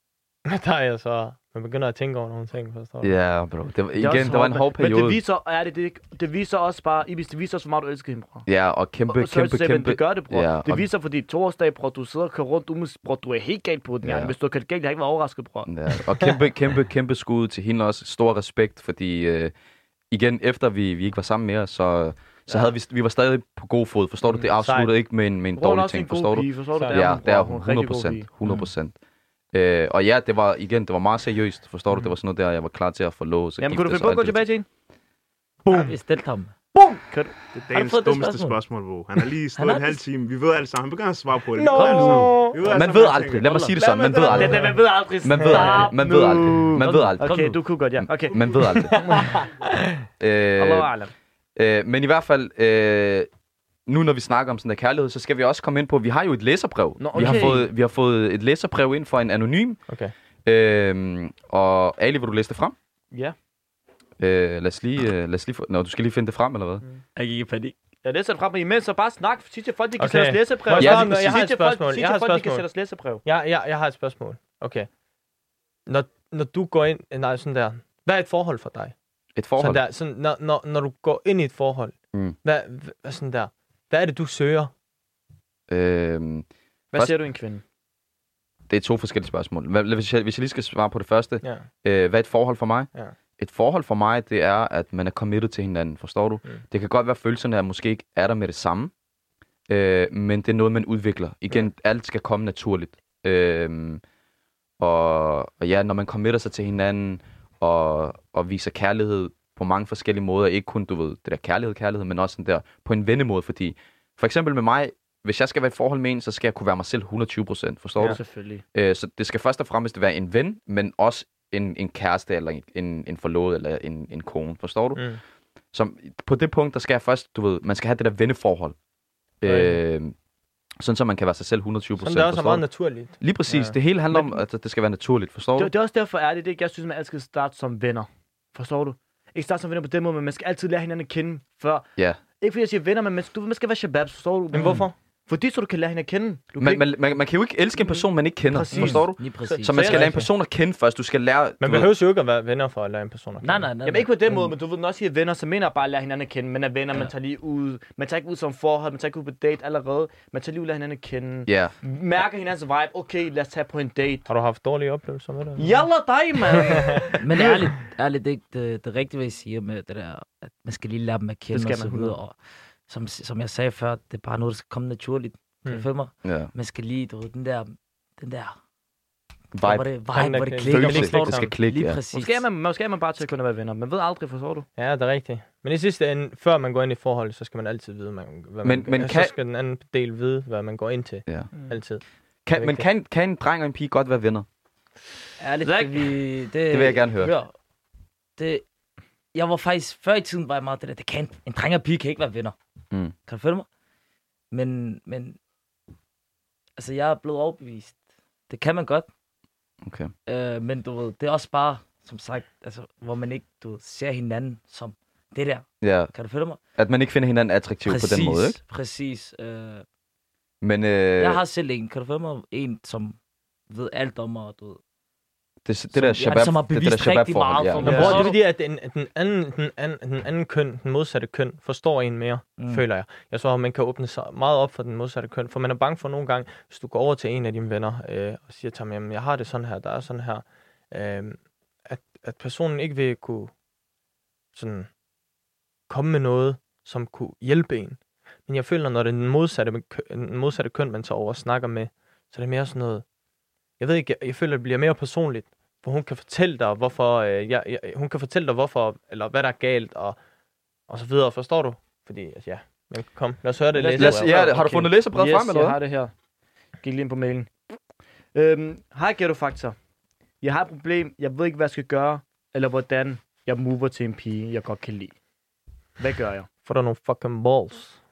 Speaker 2: med dig, og så man begynder at tænke over nogle ting. Forstår du?
Speaker 1: Ja, bro. Det var,
Speaker 4: er også
Speaker 1: igen, det var en
Speaker 4: hårdt,
Speaker 1: hård
Speaker 4: Men det
Speaker 1: periode.
Speaker 4: viser, ja, det, det, det viser også bare, Ibis, det viser også, hvor meget du elsker hende, bror.
Speaker 1: Ja, og kæmpe,
Speaker 4: Og Sorry
Speaker 1: kæmpe,
Speaker 4: to say, men
Speaker 1: kæmpe.
Speaker 4: Det gør det, bror.
Speaker 1: Ja,
Speaker 4: det
Speaker 1: og-
Speaker 4: viser, fordi torsdag, bror, du sidder og kører rundt, du, bror, du er helt galt på den.
Speaker 1: Ja.
Speaker 4: Ja. Hvis du har kørt galt, jeg har ikke været overrasket, bror.
Speaker 1: Ja, og kæmpe, kæmpe, kæmpe skud til hende også. Stor respekt, fordi øh, igen, efter vi, vi ikke var sammen mere, så, så havde vi, vi var stadig på god fod. Forstår du? Det
Speaker 2: Mm,
Speaker 1: afsluttede
Speaker 2: sejt.
Speaker 1: ikke med en, med en
Speaker 4: Bror, hun er
Speaker 1: dårlig
Speaker 4: også en
Speaker 1: ting, forstår
Speaker 4: god
Speaker 1: du?
Speaker 4: pige, forstår du?
Speaker 2: Ja,
Speaker 1: Ja,
Speaker 4: hun,
Speaker 1: det er
Speaker 4: bror.
Speaker 1: hun,
Speaker 4: Hun en rigtig god pige.
Speaker 1: 100%. 100 Øh, og ja, det var igen, det var meget seriøst, forstår du? Det var sådan noget der, jeg var klar til at forlåse.
Speaker 4: Jamen, kunne du finde på at gå tilbage til hende?
Speaker 3: Boom. Jeg stille ham.
Speaker 8: Det er
Speaker 3: Har du
Speaker 8: dagens
Speaker 3: fået det
Speaker 8: dummeste
Speaker 3: spørgsmål?
Speaker 8: spørgsmål, bro. Han har lige
Speaker 3: Han
Speaker 8: stået
Speaker 3: har-
Speaker 8: en halv time. Vi ved alle sammen. Han begynder at svare på det. Vi
Speaker 2: Nå!
Speaker 8: ved alle sammen. Vi alle
Speaker 1: Man
Speaker 8: sammen,
Speaker 1: ved
Speaker 8: hvad han
Speaker 1: aldrig,
Speaker 8: tænker.
Speaker 1: lad mig sige det
Speaker 8: Lad
Speaker 1: sådan, man ved
Speaker 8: mig- lad mig-
Speaker 1: aldrig.
Speaker 4: Det, man ved aldrig.
Speaker 1: Man ved aldrig, man ved aldrig, man ved aldrig.
Speaker 4: Okay,
Speaker 3: nu.
Speaker 4: du kunne godt, ja. Okay.
Speaker 1: Man ved aldrig.
Speaker 4: Allahu
Speaker 1: Øh,
Speaker 4: alam.
Speaker 1: Øh, men i hvert fald, øh, nu når vi snakker om sådan der kærlighed, så skal vi også komme ind på, vi har jo et læserbrev.
Speaker 4: Nå,
Speaker 1: vi, har
Speaker 4: okay.
Speaker 1: fået, vi har fået et læserbrev ind fra en anonym.
Speaker 2: Okay.
Speaker 1: Øh, og Ali, vil du læse det frem?
Speaker 4: Ja.
Speaker 1: Øh, lad os lige... Øh, lad os lige få, nå, du skal lige finde det frem, eller
Speaker 4: Mm.
Speaker 1: hvad?
Speaker 3: Jeg gik i panik.
Speaker 4: Jeg læser det frem, men imens så bare snak. Sig til folk, de kan
Speaker 2: Okay.
Speaker 4: sætte os læsebrev.
Speaker 2: Må jeg
Speaker 1: Ja,
Speaker 2: svare
Speaker 1: lige
Speaker 2: om- jeg har et spørgsmål.
Speaker 4: Sig
Speaker 2: Jeg har
Speaker 4: til
Speaker 2: et
Speaker 4: folk, de kan
Speaker 2: spørgsmål.
Speaker 4: sætte os læsebrev.
Speaker 2: Ja, ja, jeg har et spørgsmål. Okay. Når, når du går ind... eh, Nej, sådan der. Hvad er et forhold for dig?
Speaker 1: Et
Speaker 2: Sådan
Speaker 1: forhold.
Speaker 2: der, sådan, når, når, når du går ind i et forhold,
Speaker 1: Mm.
Speaker 2: hvad, hvad, sådan der, hvad er det, du søger?
Speaker 1: Øh,
Speaker 4: Hvad
Speaker 1: Først-
Speaker 4: siger du en kvinde?
Speaker 1: det er to forskellige spørgsmål. Hvad- Hvis jeg, hvis jeg lige skal svare på det første.
Speaker 2: Ja.
Speaker 1: Øh, hvad er et forhold for mig?
Speaker 2: Ja.
Speaker 1: Et forhold for mig, det er, at man er committed til hinanden, forstår du?
Speaker 2: Mm.
Speaker 1: Mm. Det kan godt være, at følelserne er måske ikke er der med det samme, øh, men det er noget, man udvikler. Igen, alt skal komme naturligt. Øh, Og, og ja, når man committer sig til hinanden og, og viser kærlighed på mange forskellige måder, ikke kun, du ved, det der kærlighed, kærlighed, men også sådan der på en vendemåde, fordi for eksempel med mig, hvis jeg skal være i et forhold med en, så skal jeg kunne være mig selv 120 procent, forstår
Speaker 4: Ja.
Speaker 1: du?
Speaker 4: Selvfølgelig.
Speaker 1: Øh, så det skal først og fremmest være en ven, men også en, en kæreste, eller en, en forlovet, eller en, en kone, forstår du?
Speaker 2: Mm.
Speaker 1: Som, på det punkt, der skal jeg først, du ved, man skal have det der venneforhold. Øh, sådan, så man kan være sig selv 120
Speaker 2: Sådan
Speaker 1: procent,
Speaker 2: det er også er
Speaker 1: forstår
Speaker 2: meget
Speaker 1: du?
Speaker 2: naturligt.
Speaker 1: Lige præcis,
Speaker 2: Ja.
Speaker 1: ja. det hele handler om, at det skal være naturligt, forstår
Speaker 4: Det,
Speaker 1: du?
Speaker 4: det er også derfor er det, det ikke, jeg synes, man altid skal starte som venner. Forstår du? Ikke starte som venner på den måde, men man skal altid lære hinanden at kende før.
Speaker 1: Ja.
Speaker 4: Ikke fordi jeg siger venner, men man, du, ved, man skal være shababs, forstår du?
Speaker 2: Men hvorfor?
Speaker 4: Fordi så du kan lære hinanden at kende. Du
Speaker 1: Man,
Speaker 4: kan
Speaker 1: man, man, man kan jo ikke elske
Speaker 2: Mm-hmm.
Speaker 1: en person, man ikke kender,
Speaker 4: Præcis.
Speaker 1: forstår du?
Speaker 3: Lige præcis.
Speaker 1: Så man
Speaker 2: Så
Speaker 1: skal lære en
Speaker 2: altså-
Speaker 1: person at kende først. Du skal lære...
Speaker 2: Man
Speaker 1: du ved-
Speaker 2: behøver jo ikke at være venner for at lære en person at
Speaker 3: Nej, nej, nej.
Speaker 4: Jamen ikke på den måde, men du ved, når jeg siger venner, så mener jeg bare at lære hinanden at kende. Man er venner, man tager lige ud. Man tager ikke ud som forhold, man tager ikke ud på date allerede. Man tager lige ud og lærer hinanden at kende.
Speaker 1: Ja.
Speaker 4: Mærker hinandens vibe. Okay, lad os tage på en date.
Speaker 2: Har du haft dårlige oplevelser med det?
Speaker 4: Jalla dig, mand!
Speaker 3: Men ærligt, ærligt, det er ikke det, det rigtige, hvad I siger med det der, at man skal lige lære dem at kende
Speaker 4: skal
Speaker 3: og så
Speaker 4: man.
Speaker 3: videre. Og som, som jeg sagde før, det er bare noget, der skal komme naturligt. Kan du
Speaker 2: Mm.
Speaker 3: følge mig?
Speaker 1: Ja.
Speaker 3: Man skal lige, du ved, den der, den der, hvor
Speaker 1: Vibe.
Speaker 3: det, vibe, hvor det
Speaker 2: Følelse.
Speaker 3: klikker,
Speaker 1: Følelse.
Speaker 3: forstår du?
Speaker 1: Det skal klikke,
Speaker 3: Lige
Speaker 1: ja.
Speaker 3: præcis.
Speaker 4: måske, er man, måske er man bare til at kunne være venner. Man ved aldrig, forstår du?
Speaker 2: Ja, det er rigtigt. Men i sidste ende, før man går ind i forhold, så skal man altid vide, man, hvad man
Speaker 1: Men- men
Speaker 2: altså,
Speaker 1: kan-
Speaker 2: Så skal den anden del vide, hvad man går ind til.
Speaker 1: Ja.
Speaker 2: Altid.
Speaker 1: Kan, men kan, kan en dreng og en pige godt være venner?
Speaker 3: Ærligt, det, vi, det,
Speaker 1: Det vil jeg gerne høre.
Speaker 3: Hør, det, jeg var faktisk, før i tiden var jeg meget det der, det kan, en dreng og pige kan ikke være venner.
Speaker 1: Mm.
Speaker 3: Kan du følge mig? Men, men, altså jeg er blevet overbevist. Det kan man godt.
Speaker 1: Okay.
Speaker 3: Øh, men du ved, det er også bare, som sagt, altså, hvor man ikke, du ved, ser hinanden som det der.
Speaker 1: Ja.
Speaker 3: Kan du følge mig?
Speaker 1: At man ikke finder hinanden attraktiv på den måde, ikke?
Speaker 3: Præcis. Øh,
Speaker 1: Men øh,
Speaker 3: jeg har selv en, kan du følge mig? En, som ved alt om, og du ved,
Speaker 1: det, det,
Speaker 3: som-
Speaker 1: der
Speaker 3: ja,
Speaker 1: shabab,
Speaker 3: som har
Speaker 1: det, det
Speaker 3: bevist
Speaker 1: der shabab
Speaker 3: rigtig
Speaker 1: forhold,
Speaker 3: meget
Speaker 1: ja.
Speaker 3: for
Speaker 2: Nå,
Speaker 3: mig.
Speaker 1: ja.
Speaker 2: bror, det
Speaker 3: Så
Speaker 2: er
Speaker 3: er
Speaker 2: fordi, at den, at den, anden, den, anden, den anden køn, den modsatte køn, forstår en mere,
Speaker 3: Mm.
Speaker 2: mm. føler jeg. Jeg tror, at man kan åbne sig meget op for den modsatte køn, for man er bange for nogle gange, hvis du går over til en af dine venner øh, og siger til ham, jamen, jeg har det sådan her, der er sådan her, øh, at, at personen ikke vil kunne sådan komme med noget, som kunne hjælpe en. Men jeg føler, når det er den modsatte, kø- den modsatte køn, man tager over og snakker med, så er det mere sådan noget, jeg ved ikke, jeg, jeg føler, det bliver mere personligt, hvor hun kan fortælle dig, hvorfor, øh, jeg, jeg, hun kan fortælle dig, hvorfor, eller hvad der er galt, og, og så videre, forstår du? Fordi, altså, ja, men kom, lad os høre det
Speaker 1: Lad os,
Speaker 2: læserbrev.
Speaker 1: ja, har du
Speaker 4: Okay.
Speaker 1: fundet læserbrevet
Speaker 4: yes,
Speaker 1: frem, eller
Speaker 4: jeg har
Speaker 1: hvad?
Speaker 4: det her. Gik lige ind på mailen. Øhm, Hej, Ghetto Factor. Jeg har et problem. Jeg ved ikke, hvad jeg skal gøre, eller hvordan jeg mover til en pige, jeg godt kan lide. Hvad gør jeg?
Speaker 2: Får der nogle fucking balls.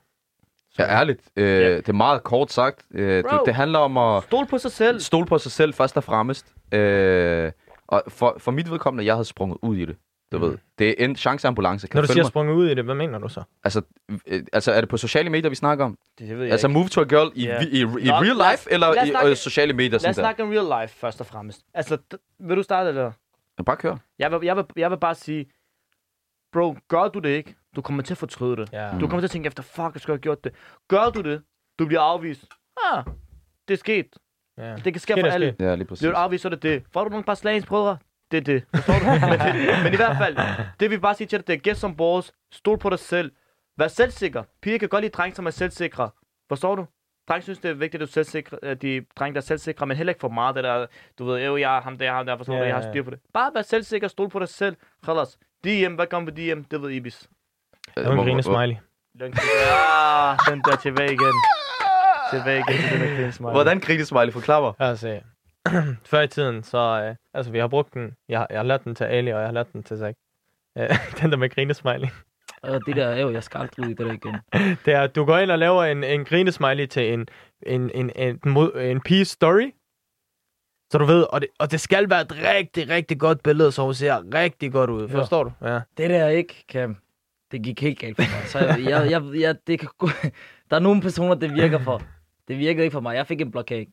Speaker 1: Ja, ærligt. Øh,
Speaker 4: Ja.
Speaker 1: Det er meget kort sagt. Øh, det,
Speaker 4: Bro.
Speaker 1: det handler om at
Speaker 4: Stol på sig selv.
Speaker 1: stole på sig selv først og fremmest. Øh, og for, for mit vedkommende, jeg havde sprunget ud i det.
Speaker 4: Mm.
Speaker 1: Du ved, det er en chanceambulance. Kan
Speaker 2: Når du
Speaker 1: følge
Speaker 2: siger
Speaker 1: mig?
Speaker 2: sprunget ud i det, hvad mener du så?
Speaker 1: altså, øh, altså, er det på sociale medier, vi snakker om?
Speaker 4: Det ved jeg
Speaker 1: Altså,
Speaker 4: ikke.
Speaker 1: move to a girl i,
Speaker 4: Ja.
Speaker 1: i, i, i
Speaker 4: Nå,
Speaker 1: real
Speaker 4: lad os-
Speaker 1: life, eller
Speaker 4: lad os
Speaker 1: i
Speaker 4: snakke-
Speaker 1: øh, sociale medier?
Speaker 4: Lad os
Speaker 1: Sådan der?
Speaker 4: snakke om real life, først og fremmest. Altså, d- vil du starte, eller?
Speaker 1: Bare kør.
Speaker 4: Jeg vil, jeg, vil, jeg vil bare sige, bro, gør du det ikke, du kommer til at fortryde det.
Speaker 2: Ja.
Speaker 4: Du kommer til at tænke efter, fuck, jeg skulle have gjort det. Gør du det, du bliver afvist. Ah, det er sket.
Speaker 2: ja.
Speaker 4: Det kan ske
Speaker 2: Sket
Speaker 4: for
Speaker 2: er
Speaker 4: alle.
Speaker 2: sket.
Speaker 1: Ja, lige præcis.
Speaker 4: Bliver du afvist, så er det det. Får du nogle par slagens brødre? Det er det. Forstår du? men, det, men i hvert fald, det vi bare siger til dig, det er get som balls. Stol på dig selv. Vær selvsikker. Piger kan godt lide drenge, som er selvsikre. Forstår du? Drenge synes, det er vigtigt, at du er selvsikre, at de drenge, der er selvsikre, men heller ikke for meget det der, du ved, jo, jeg er ham der, ham der, forstår
Speaker 2: Ja,
Speaker 4: du, jeg
Speaker 2: ja,
Speaker 4: har
Speaker 2: ja.
Speaker 4: styr på det. Bare vær selvsikker, stol på dig selv. Khalas. DM, hvad kommer på DM? Det ved Ibis.
Speaker 1: Øh,
Speaker 2: Hun
Speaker 1: hvor-
Speaker 2: griner
Speaker 1: hvor-
Speaker 2: smiley.
Speaker 4: Lykke til. Ah, den der tilbage igen. Tilbage igen til den der kvinde smiley.
Speaker 1: Hvordan griner smiley? Forklar mig.
Speaker 2: Altså, før i tiden, så, øh, altså, vi har brugt den, jeg, har- jeg har lært den til Ali, og jeg har lært den til Zach. Øh, den der med grinesmiley.
Speaker 3: Og Øh, det der, jo, jeg skal aldrig ud i det der igen.
Speaker 2: Det er, at du går ind og laver en, en grinesmiley til en, en, en, en, mod, en pige's story. Så du ved, og det, og det skal være et rigtig, rigtig godt billede, så hun ser rigtig godt ud.
Speaker 3: Ja.
Speaker 2: Forstår du? Ja.
Speaker 3: Det der ikke, Cam, det gik helt galt for mig. Så jeg, jeg, jeg, jeg det kan, gå- der er nogle personer, det virker for. Det virkede ikke for mig. Jeg fik en blokade.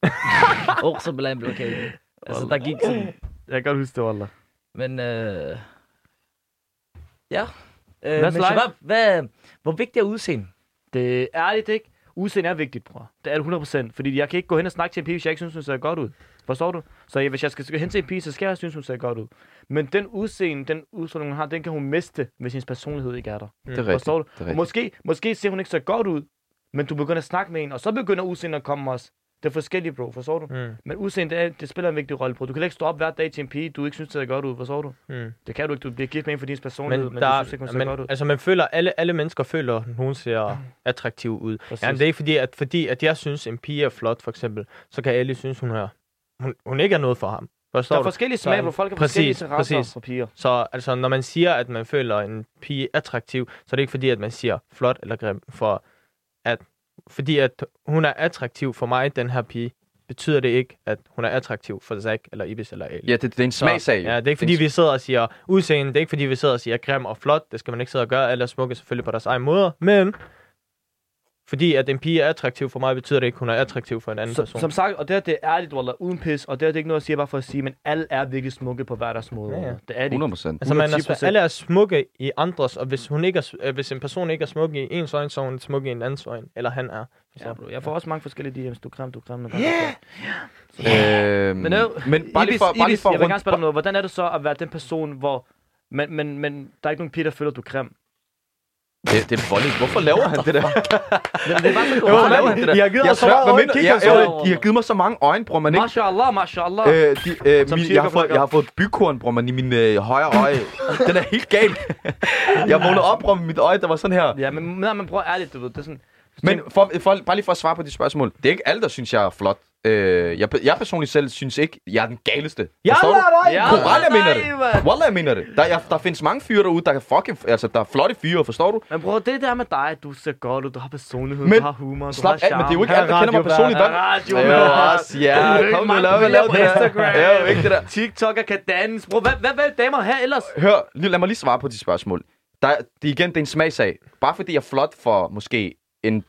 Speaker 3: Åh, så blev jeg en blokade. Altså, der gik sådan.
Speaker 4: Jeg kan godt huske det, Wallah.
Speaker 3: Men, øh, ja. Øh,
Speaker 4: Hvad
Speaker 3: men
Speaker 4: så live?
Speaker 3: Shabab, hvad, hvor vigtigt er udseende?
Speaker 4: Det er ærligt, ikke? Udseende er vigtigt, bror. Det er det 100%. Fordi jeg kan ikke gå hen og snakke til en pige, hvis jeg ikke synes, hun ser godt ud. Forstår du? Så jeg, hvis jeg skal gå hen til en pige, så skal jeg synes, hun ser godt ud. Men den udseende, den udstråling, hun har, den kan hun miste, hvis hendes personlighed ikke er der.
Speaker 2: Mm.
Speaker 1: Det er rigtigt.
Speaker 4: Forstår du?
Speaker 1: Det er rigtigt.
Speaker 4: Måske, måske ser hun ikke så godt ud, men du begynder at snakke med hende, og så begynder udseendet at komme også. Det er forskelligt, bro. Forstår du?
Speaker 2: Mm.
Speaker 4: Men udseende, det, er, det spiller en vigtig rolle, bro. Du kan ikke stå op hver dag til en pige, du ikke synes, det ser godt ud. Forstår du?
Speaker 2: Mm.
Speaker 4: Det kan du ikke. Du bliver gift med en for din personlighed,
Speaker 2: Men,
Speaker 4: men,
Speaker 2: der,
Speaker 4: du synes ikke, hun ser
Speaker 2: men
Speaker 4: godt ud.
Speaker 2: altså, man føler, alle, alle mennesker føler, at hun ser attraktiv ud.
Speaker 4: Præcis.
Speaker 2: Jamen, det er ikke fordi, at, fordi at jeg synes, en pige er flot, for eksempel, så kan alle synes, hun er, hun, hun ikke er noget for ham.
Speaker 4: Der
Speaker 2: Forstår
Speaker 4: er
Speaker 2: du?
Speaker 4: forskellige
Speaker 2: Så er
Speaker 4: smag,
Speaker 2: han-
Speaker 4: bro. Folk har
Speaker 2: præcis,
Speaker 4: forskellige interesser
Speaker 2: præcis.
Speaker 4: for piger.
Speaker 2: Så altså, når man siger, at man føler en pige attraktiv, så er det ikke fordi, at man siger flot eller grim, for at, fordi at hun er attraktiv for mig, den her pige, betyder det ikke, at hun er attraktiv for Zack eller Ibis eller Ali.
Speaker 1: Ja, det, det er en
Speaker 2: Så-
Speaker 1: smagsag.
Speaker 2: Ja, det er ikke fordi,
Speaker 1: en-
Speaker 2: vi sidder og siger udseende, det er ikke fordi, vi sidder og siger grim og flot, det skal man ikke sidde og gøre, alle er smukke selvfølgelig på deres egen måde, men fordi at en pige er attraktiv for mig, betyder det ikke, at hun er attraktiv for en anden
Speaker 4: Så,
Speaker 2: person.
Speaker 4: som sagt, og det her, det er ærligt, Wallah, uden pis, og det her, det er ikke noget, jeg siger bare for at sige, men alle er virkelig smukke på hver deres måde.
Speaker 2: Ja, ja.
Speaker 4: Wallah. Det er det.
Speaker 1: 100 procent.
Speaker 2: Altså, man er,
Speaker 4: 110%.
Speaker 2: alle er smukke i andres, og hvis, hun ikke er, øh, hvis en person ikke er smuk i ens øjne, så er hun smuk i en andens øjne, eller han er. Så.
Speaker 4: Ja, bro. Jeg får også mange forskellige DM's. Du er grim, du er grim. Yeah.
Speaker 1: Øhm,
Speaker 4: Men, øh,
Speaker 1: men bare lige for, bare lige for
Speaker 4: jeg vil
Speaker 1: rundt-
Speaker 4: gerne spørge dig om noget. Hvordan er det så at være den person, hvor... Men, men, men der er ikke nogen piger, der føler, at du er grim.
Speaker 1: Det, det er voldeligt. Hvorfor laver han det der?
Speaker 4: Men det er bare så
Speaker 1: Hvorfor
Speaker 4: godt.
Speaker 1: laver han det der?
Speaker 2: I har givet
Speaker 1: Jeg
Speaker 2: os så
Speaker 1: svær-
Speaker 2: meget
Speaker 1: hvad
Speaker 2: øje-
Speaker 1: mener-
Speaker 2: kig
Speaker 1: jeg-
Speaker 2: os
Speaker 1: jeg-
Speaker 4: over.
Speaker 1: I har givet mig så mange øjne, bror, man ikke?
Speaker 4: Mashallah, mashallah.
Speaker 1: Øh, de, øh,
Speaker 4: Som
Speaker 1: min,
Speaker 4: cirka
Speaker 1: jeg, har fået,
Speaker 4: flokker.
Speaker 1: jeg har fået et bykorn, bror, man, i min øh, højre øje. Den er helt gal. jeg vågnede op, bror, med mit øje, der var sådan her.
Speaker 4: Ja, men nej, man prøver ærligt, du ved. Det er sådan...
Speaker 1: Men for, for, bare lige for at svare på de spørgsmål. Det er ikke alle, der synes, jeg er flot. Øh, jeg, jeg personligt selv synes ikke, jeg er den galeste.
Speaker 2: Jeg
Speaker 1: Forstår du?
Speaker 2: lader dig!
Speaker 4: Ja,
Speaker 1: Koral, jeg
Speaker 4: nej,
Speaker 1: mener det.
Speaker 4: mand.
Speaker 1: Wallah, jeg mener det. Der, jeg, der findes mange fyre derude, der kan fucking... Altså, der er flotte fyre, forstår du?
Speaker 4: Men bror, det der med dig, at du ser godt ud, du har personlighed,
Speaker 1: Men
Speaker 4: du har humor, du
Speaker 1: Slap
Speaker 4: har
Speaker 1: af, men det er jo ikke
Speaker 2: Her
Speaker 1: alle, der
Speaker 2: er
Speaker 1: kender mig
Speaker 2: radiovært.
Speaker 1: personligt.
Speaker 4: Der
Speaker 1: Der...
Speaker 4: er radio,
Speaker 1: Det er
Speaker 4: mand.
Speaker 1: jo også, ja.
Speaker 4: Det er
Speaker 1: Kom nu,
Speaker 4: mange
Speaker 1: lad mig
Speaker 4: billeder
Speaker 1: lave
Speaker 4: på
Speaker 1: det der.
Speaker 4: Instagram.
Speaker 1: Det er jo ikke det der.
Speaker 4: TikToker kan danse. Bro, hvad, hvad, hvad vil damer her ellers?
Speaker 1: Hør, lige- lad mig lige svare på de spørgsmål. Der, er- det, er igen, det er en smagsag. Bare fordi jeg er flot for måske en,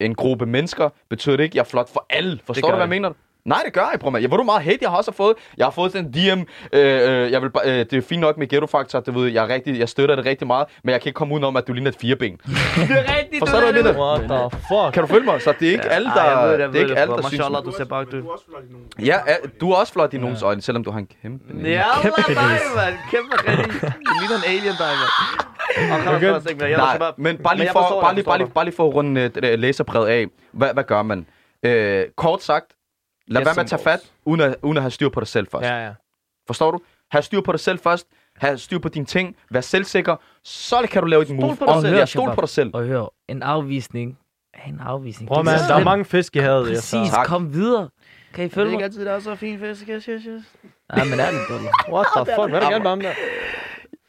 Speaker 1: en gruppe mennesker, betyder det ikke, at jeg er flot for alle. Forstår
Speaker 4: gør
Speaker 1: du, hvad jeg
Speaker 4: det.
Speaker 1: mener? Nej, det gør jeg, bror. mand. Jeg ved du hvor meget hate, jeg har også fået. Jeg har fået den DM. Øh, øh, jeg vil, bare- øh, det er fint nok med ghetto factor, det ved jeg, jeg, er rigtig, jeg støtter det rigtig meget, men jeg kan ikke komme udenom, at du ligner et fireben.
Speaker 4: Det er rigtigt,
Speaker 1: Forstår du,
Speaker 4: ved
Speaker 1: hvad jeg mener?
Speaker 2: What the fuck?
Speaker 1: Kan du følge mig? Så det er ikke alle, der,
Speaker 4: Ej, jeg ved det, jeg
Speaker 1: det er
Speaker 4: ved
Speaker 1: ikke
Speaker 4: det,
Speaker 1: alle,
Speaker 4: bror.
Speaker 1: der synes...
Speaker 4: Mashallah, du
Speaker 8: også-
Speaker 4: ser bare
Speaker 8: men
Speaker 4: død.
Speaker 8: Du er også flot i nogen.
Speaker 1: Ja, er- du er også flot i nogens øjne, selvom du har en kæmpe... næse.
Speaker 4: Ja, dig, mand. Kæmpe rigtig. Du ligner en alien, dig, mand. Og kan okay. også ikke mere. Jeg
Speaker 1: Nej,
Speaker 4: var bare...
Speaker 1: men bare lige,
Speaker 4: jeg
Speaker 1: for,
Speaker 4: forstår dig,
Speaker 1: bare, lige,
Speaker 4: forstår
Speaker 1: bare, lige, bare lige for at runde øh, det der læserbrevet af. Hvad, hvad gør man? Øh, kort sagt, lad
Speaker 4: Yes,
Speaker 1: være med
Speaker 4: som
Speaker 1: at tage
Speaker 4: vores.
Speaker 1: fat, uden at, uden at have styr på dig selv først. Ja.
Speaker 2: Ja, ja.
Speaker 1: Forstår du? Ha' styr på dig selv først. Ha' styr på dine ting. Vær selvsikker. Så kan du lave dit move.
Speaker 3: på dig
Speaker 1: Og
Speaker 3: selv.
Speaker 1: hør,
Speaker 3: Ja,
Speaker 1: stol
Speaker 3: Shabab.
Speaker 1: på dig selv.
Speaker 3: Og hør, en afvisning er en afvisning.
Speaker 2: Bror,
Speaker 3: Det er
Speaker 2: man,
Speaker 3: så
Speaker 2: der er
Speaker 3: slemt.
Speaker 2: mange fisk i havet. ja, så-
Speaker 3: Præcis,
Speaker 1: Tak.
Speaker 3: kom videre. Kan I
Speaker 4: Det
Speaker 3: følge
Speaker 4: er
Speaker 3: mig?
Speaker 4: ikke altid, der er så fin fisk. Yes, yes, yes.
Speaker 3: Nej, men ærligt, bror.
Speaker 2: What the fuck? Hvad er der gerne med ham der?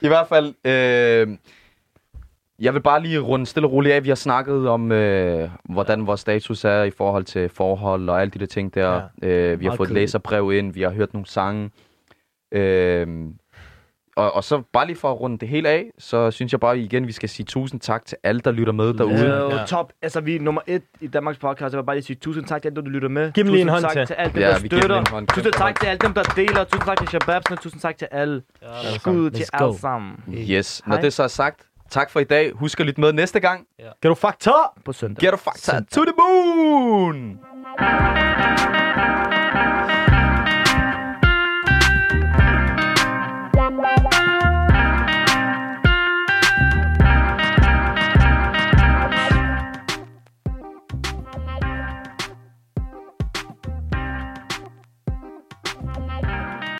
Speaker 1: I hvert fald, øh, jeg vil bare lige runde stille og roligt af. Vi har snakket om, øh, hvordan vores status er i forhold til forhold og alle de der ting der. Ja. Øh, vi har fået
Speaker 3: Meget
Speaker 1: et
Speaker 3: kedeligt.
Speaker 1: læserbrev ind, vi har hørt nogle sange. Øh, og, og så bare lige for at runde det hele af, så synes jeg bare igen, vi skal sige tusind tak til alle, der lytter med derude.
Speaker 4: Øh,
Speaker 2: Ja.
Speaker 4: ja. top. Altså, vi er nummer et i Danmarks podcast. Jeg vil bare lige sige tusind tak til alle, der lytter med.
Speaker 2: Giv dem lige en hånd
Speaker 4: Tusind tak
Speaker 2: til.
Speaker 4: til alle dem,
Speaker 1: Ja,
Speaker 4: der
Speaker 1: vi giver dem
Speaker 4: støtter.
Speaker 1: en hånd.
Speaker 4: Tusind
Speaker 1: Kæmpe
Speaker 4: tak til alle dem, der deler. Tusind tak til Shababsene. Tusind tak til alle. Skud til
Speaker 3: Let's go.
Speaker 4: alle sammen.
Speaker 1: Yes, når
Speaker 4: Hej.
Speaker 1: det så er sagt, tak for i dag. Husk at lytte med næste gang.
Speaker 2: Kan du fuck top?
Speaker 4: På søndag.
Speaker 1: Get a factor to the moon!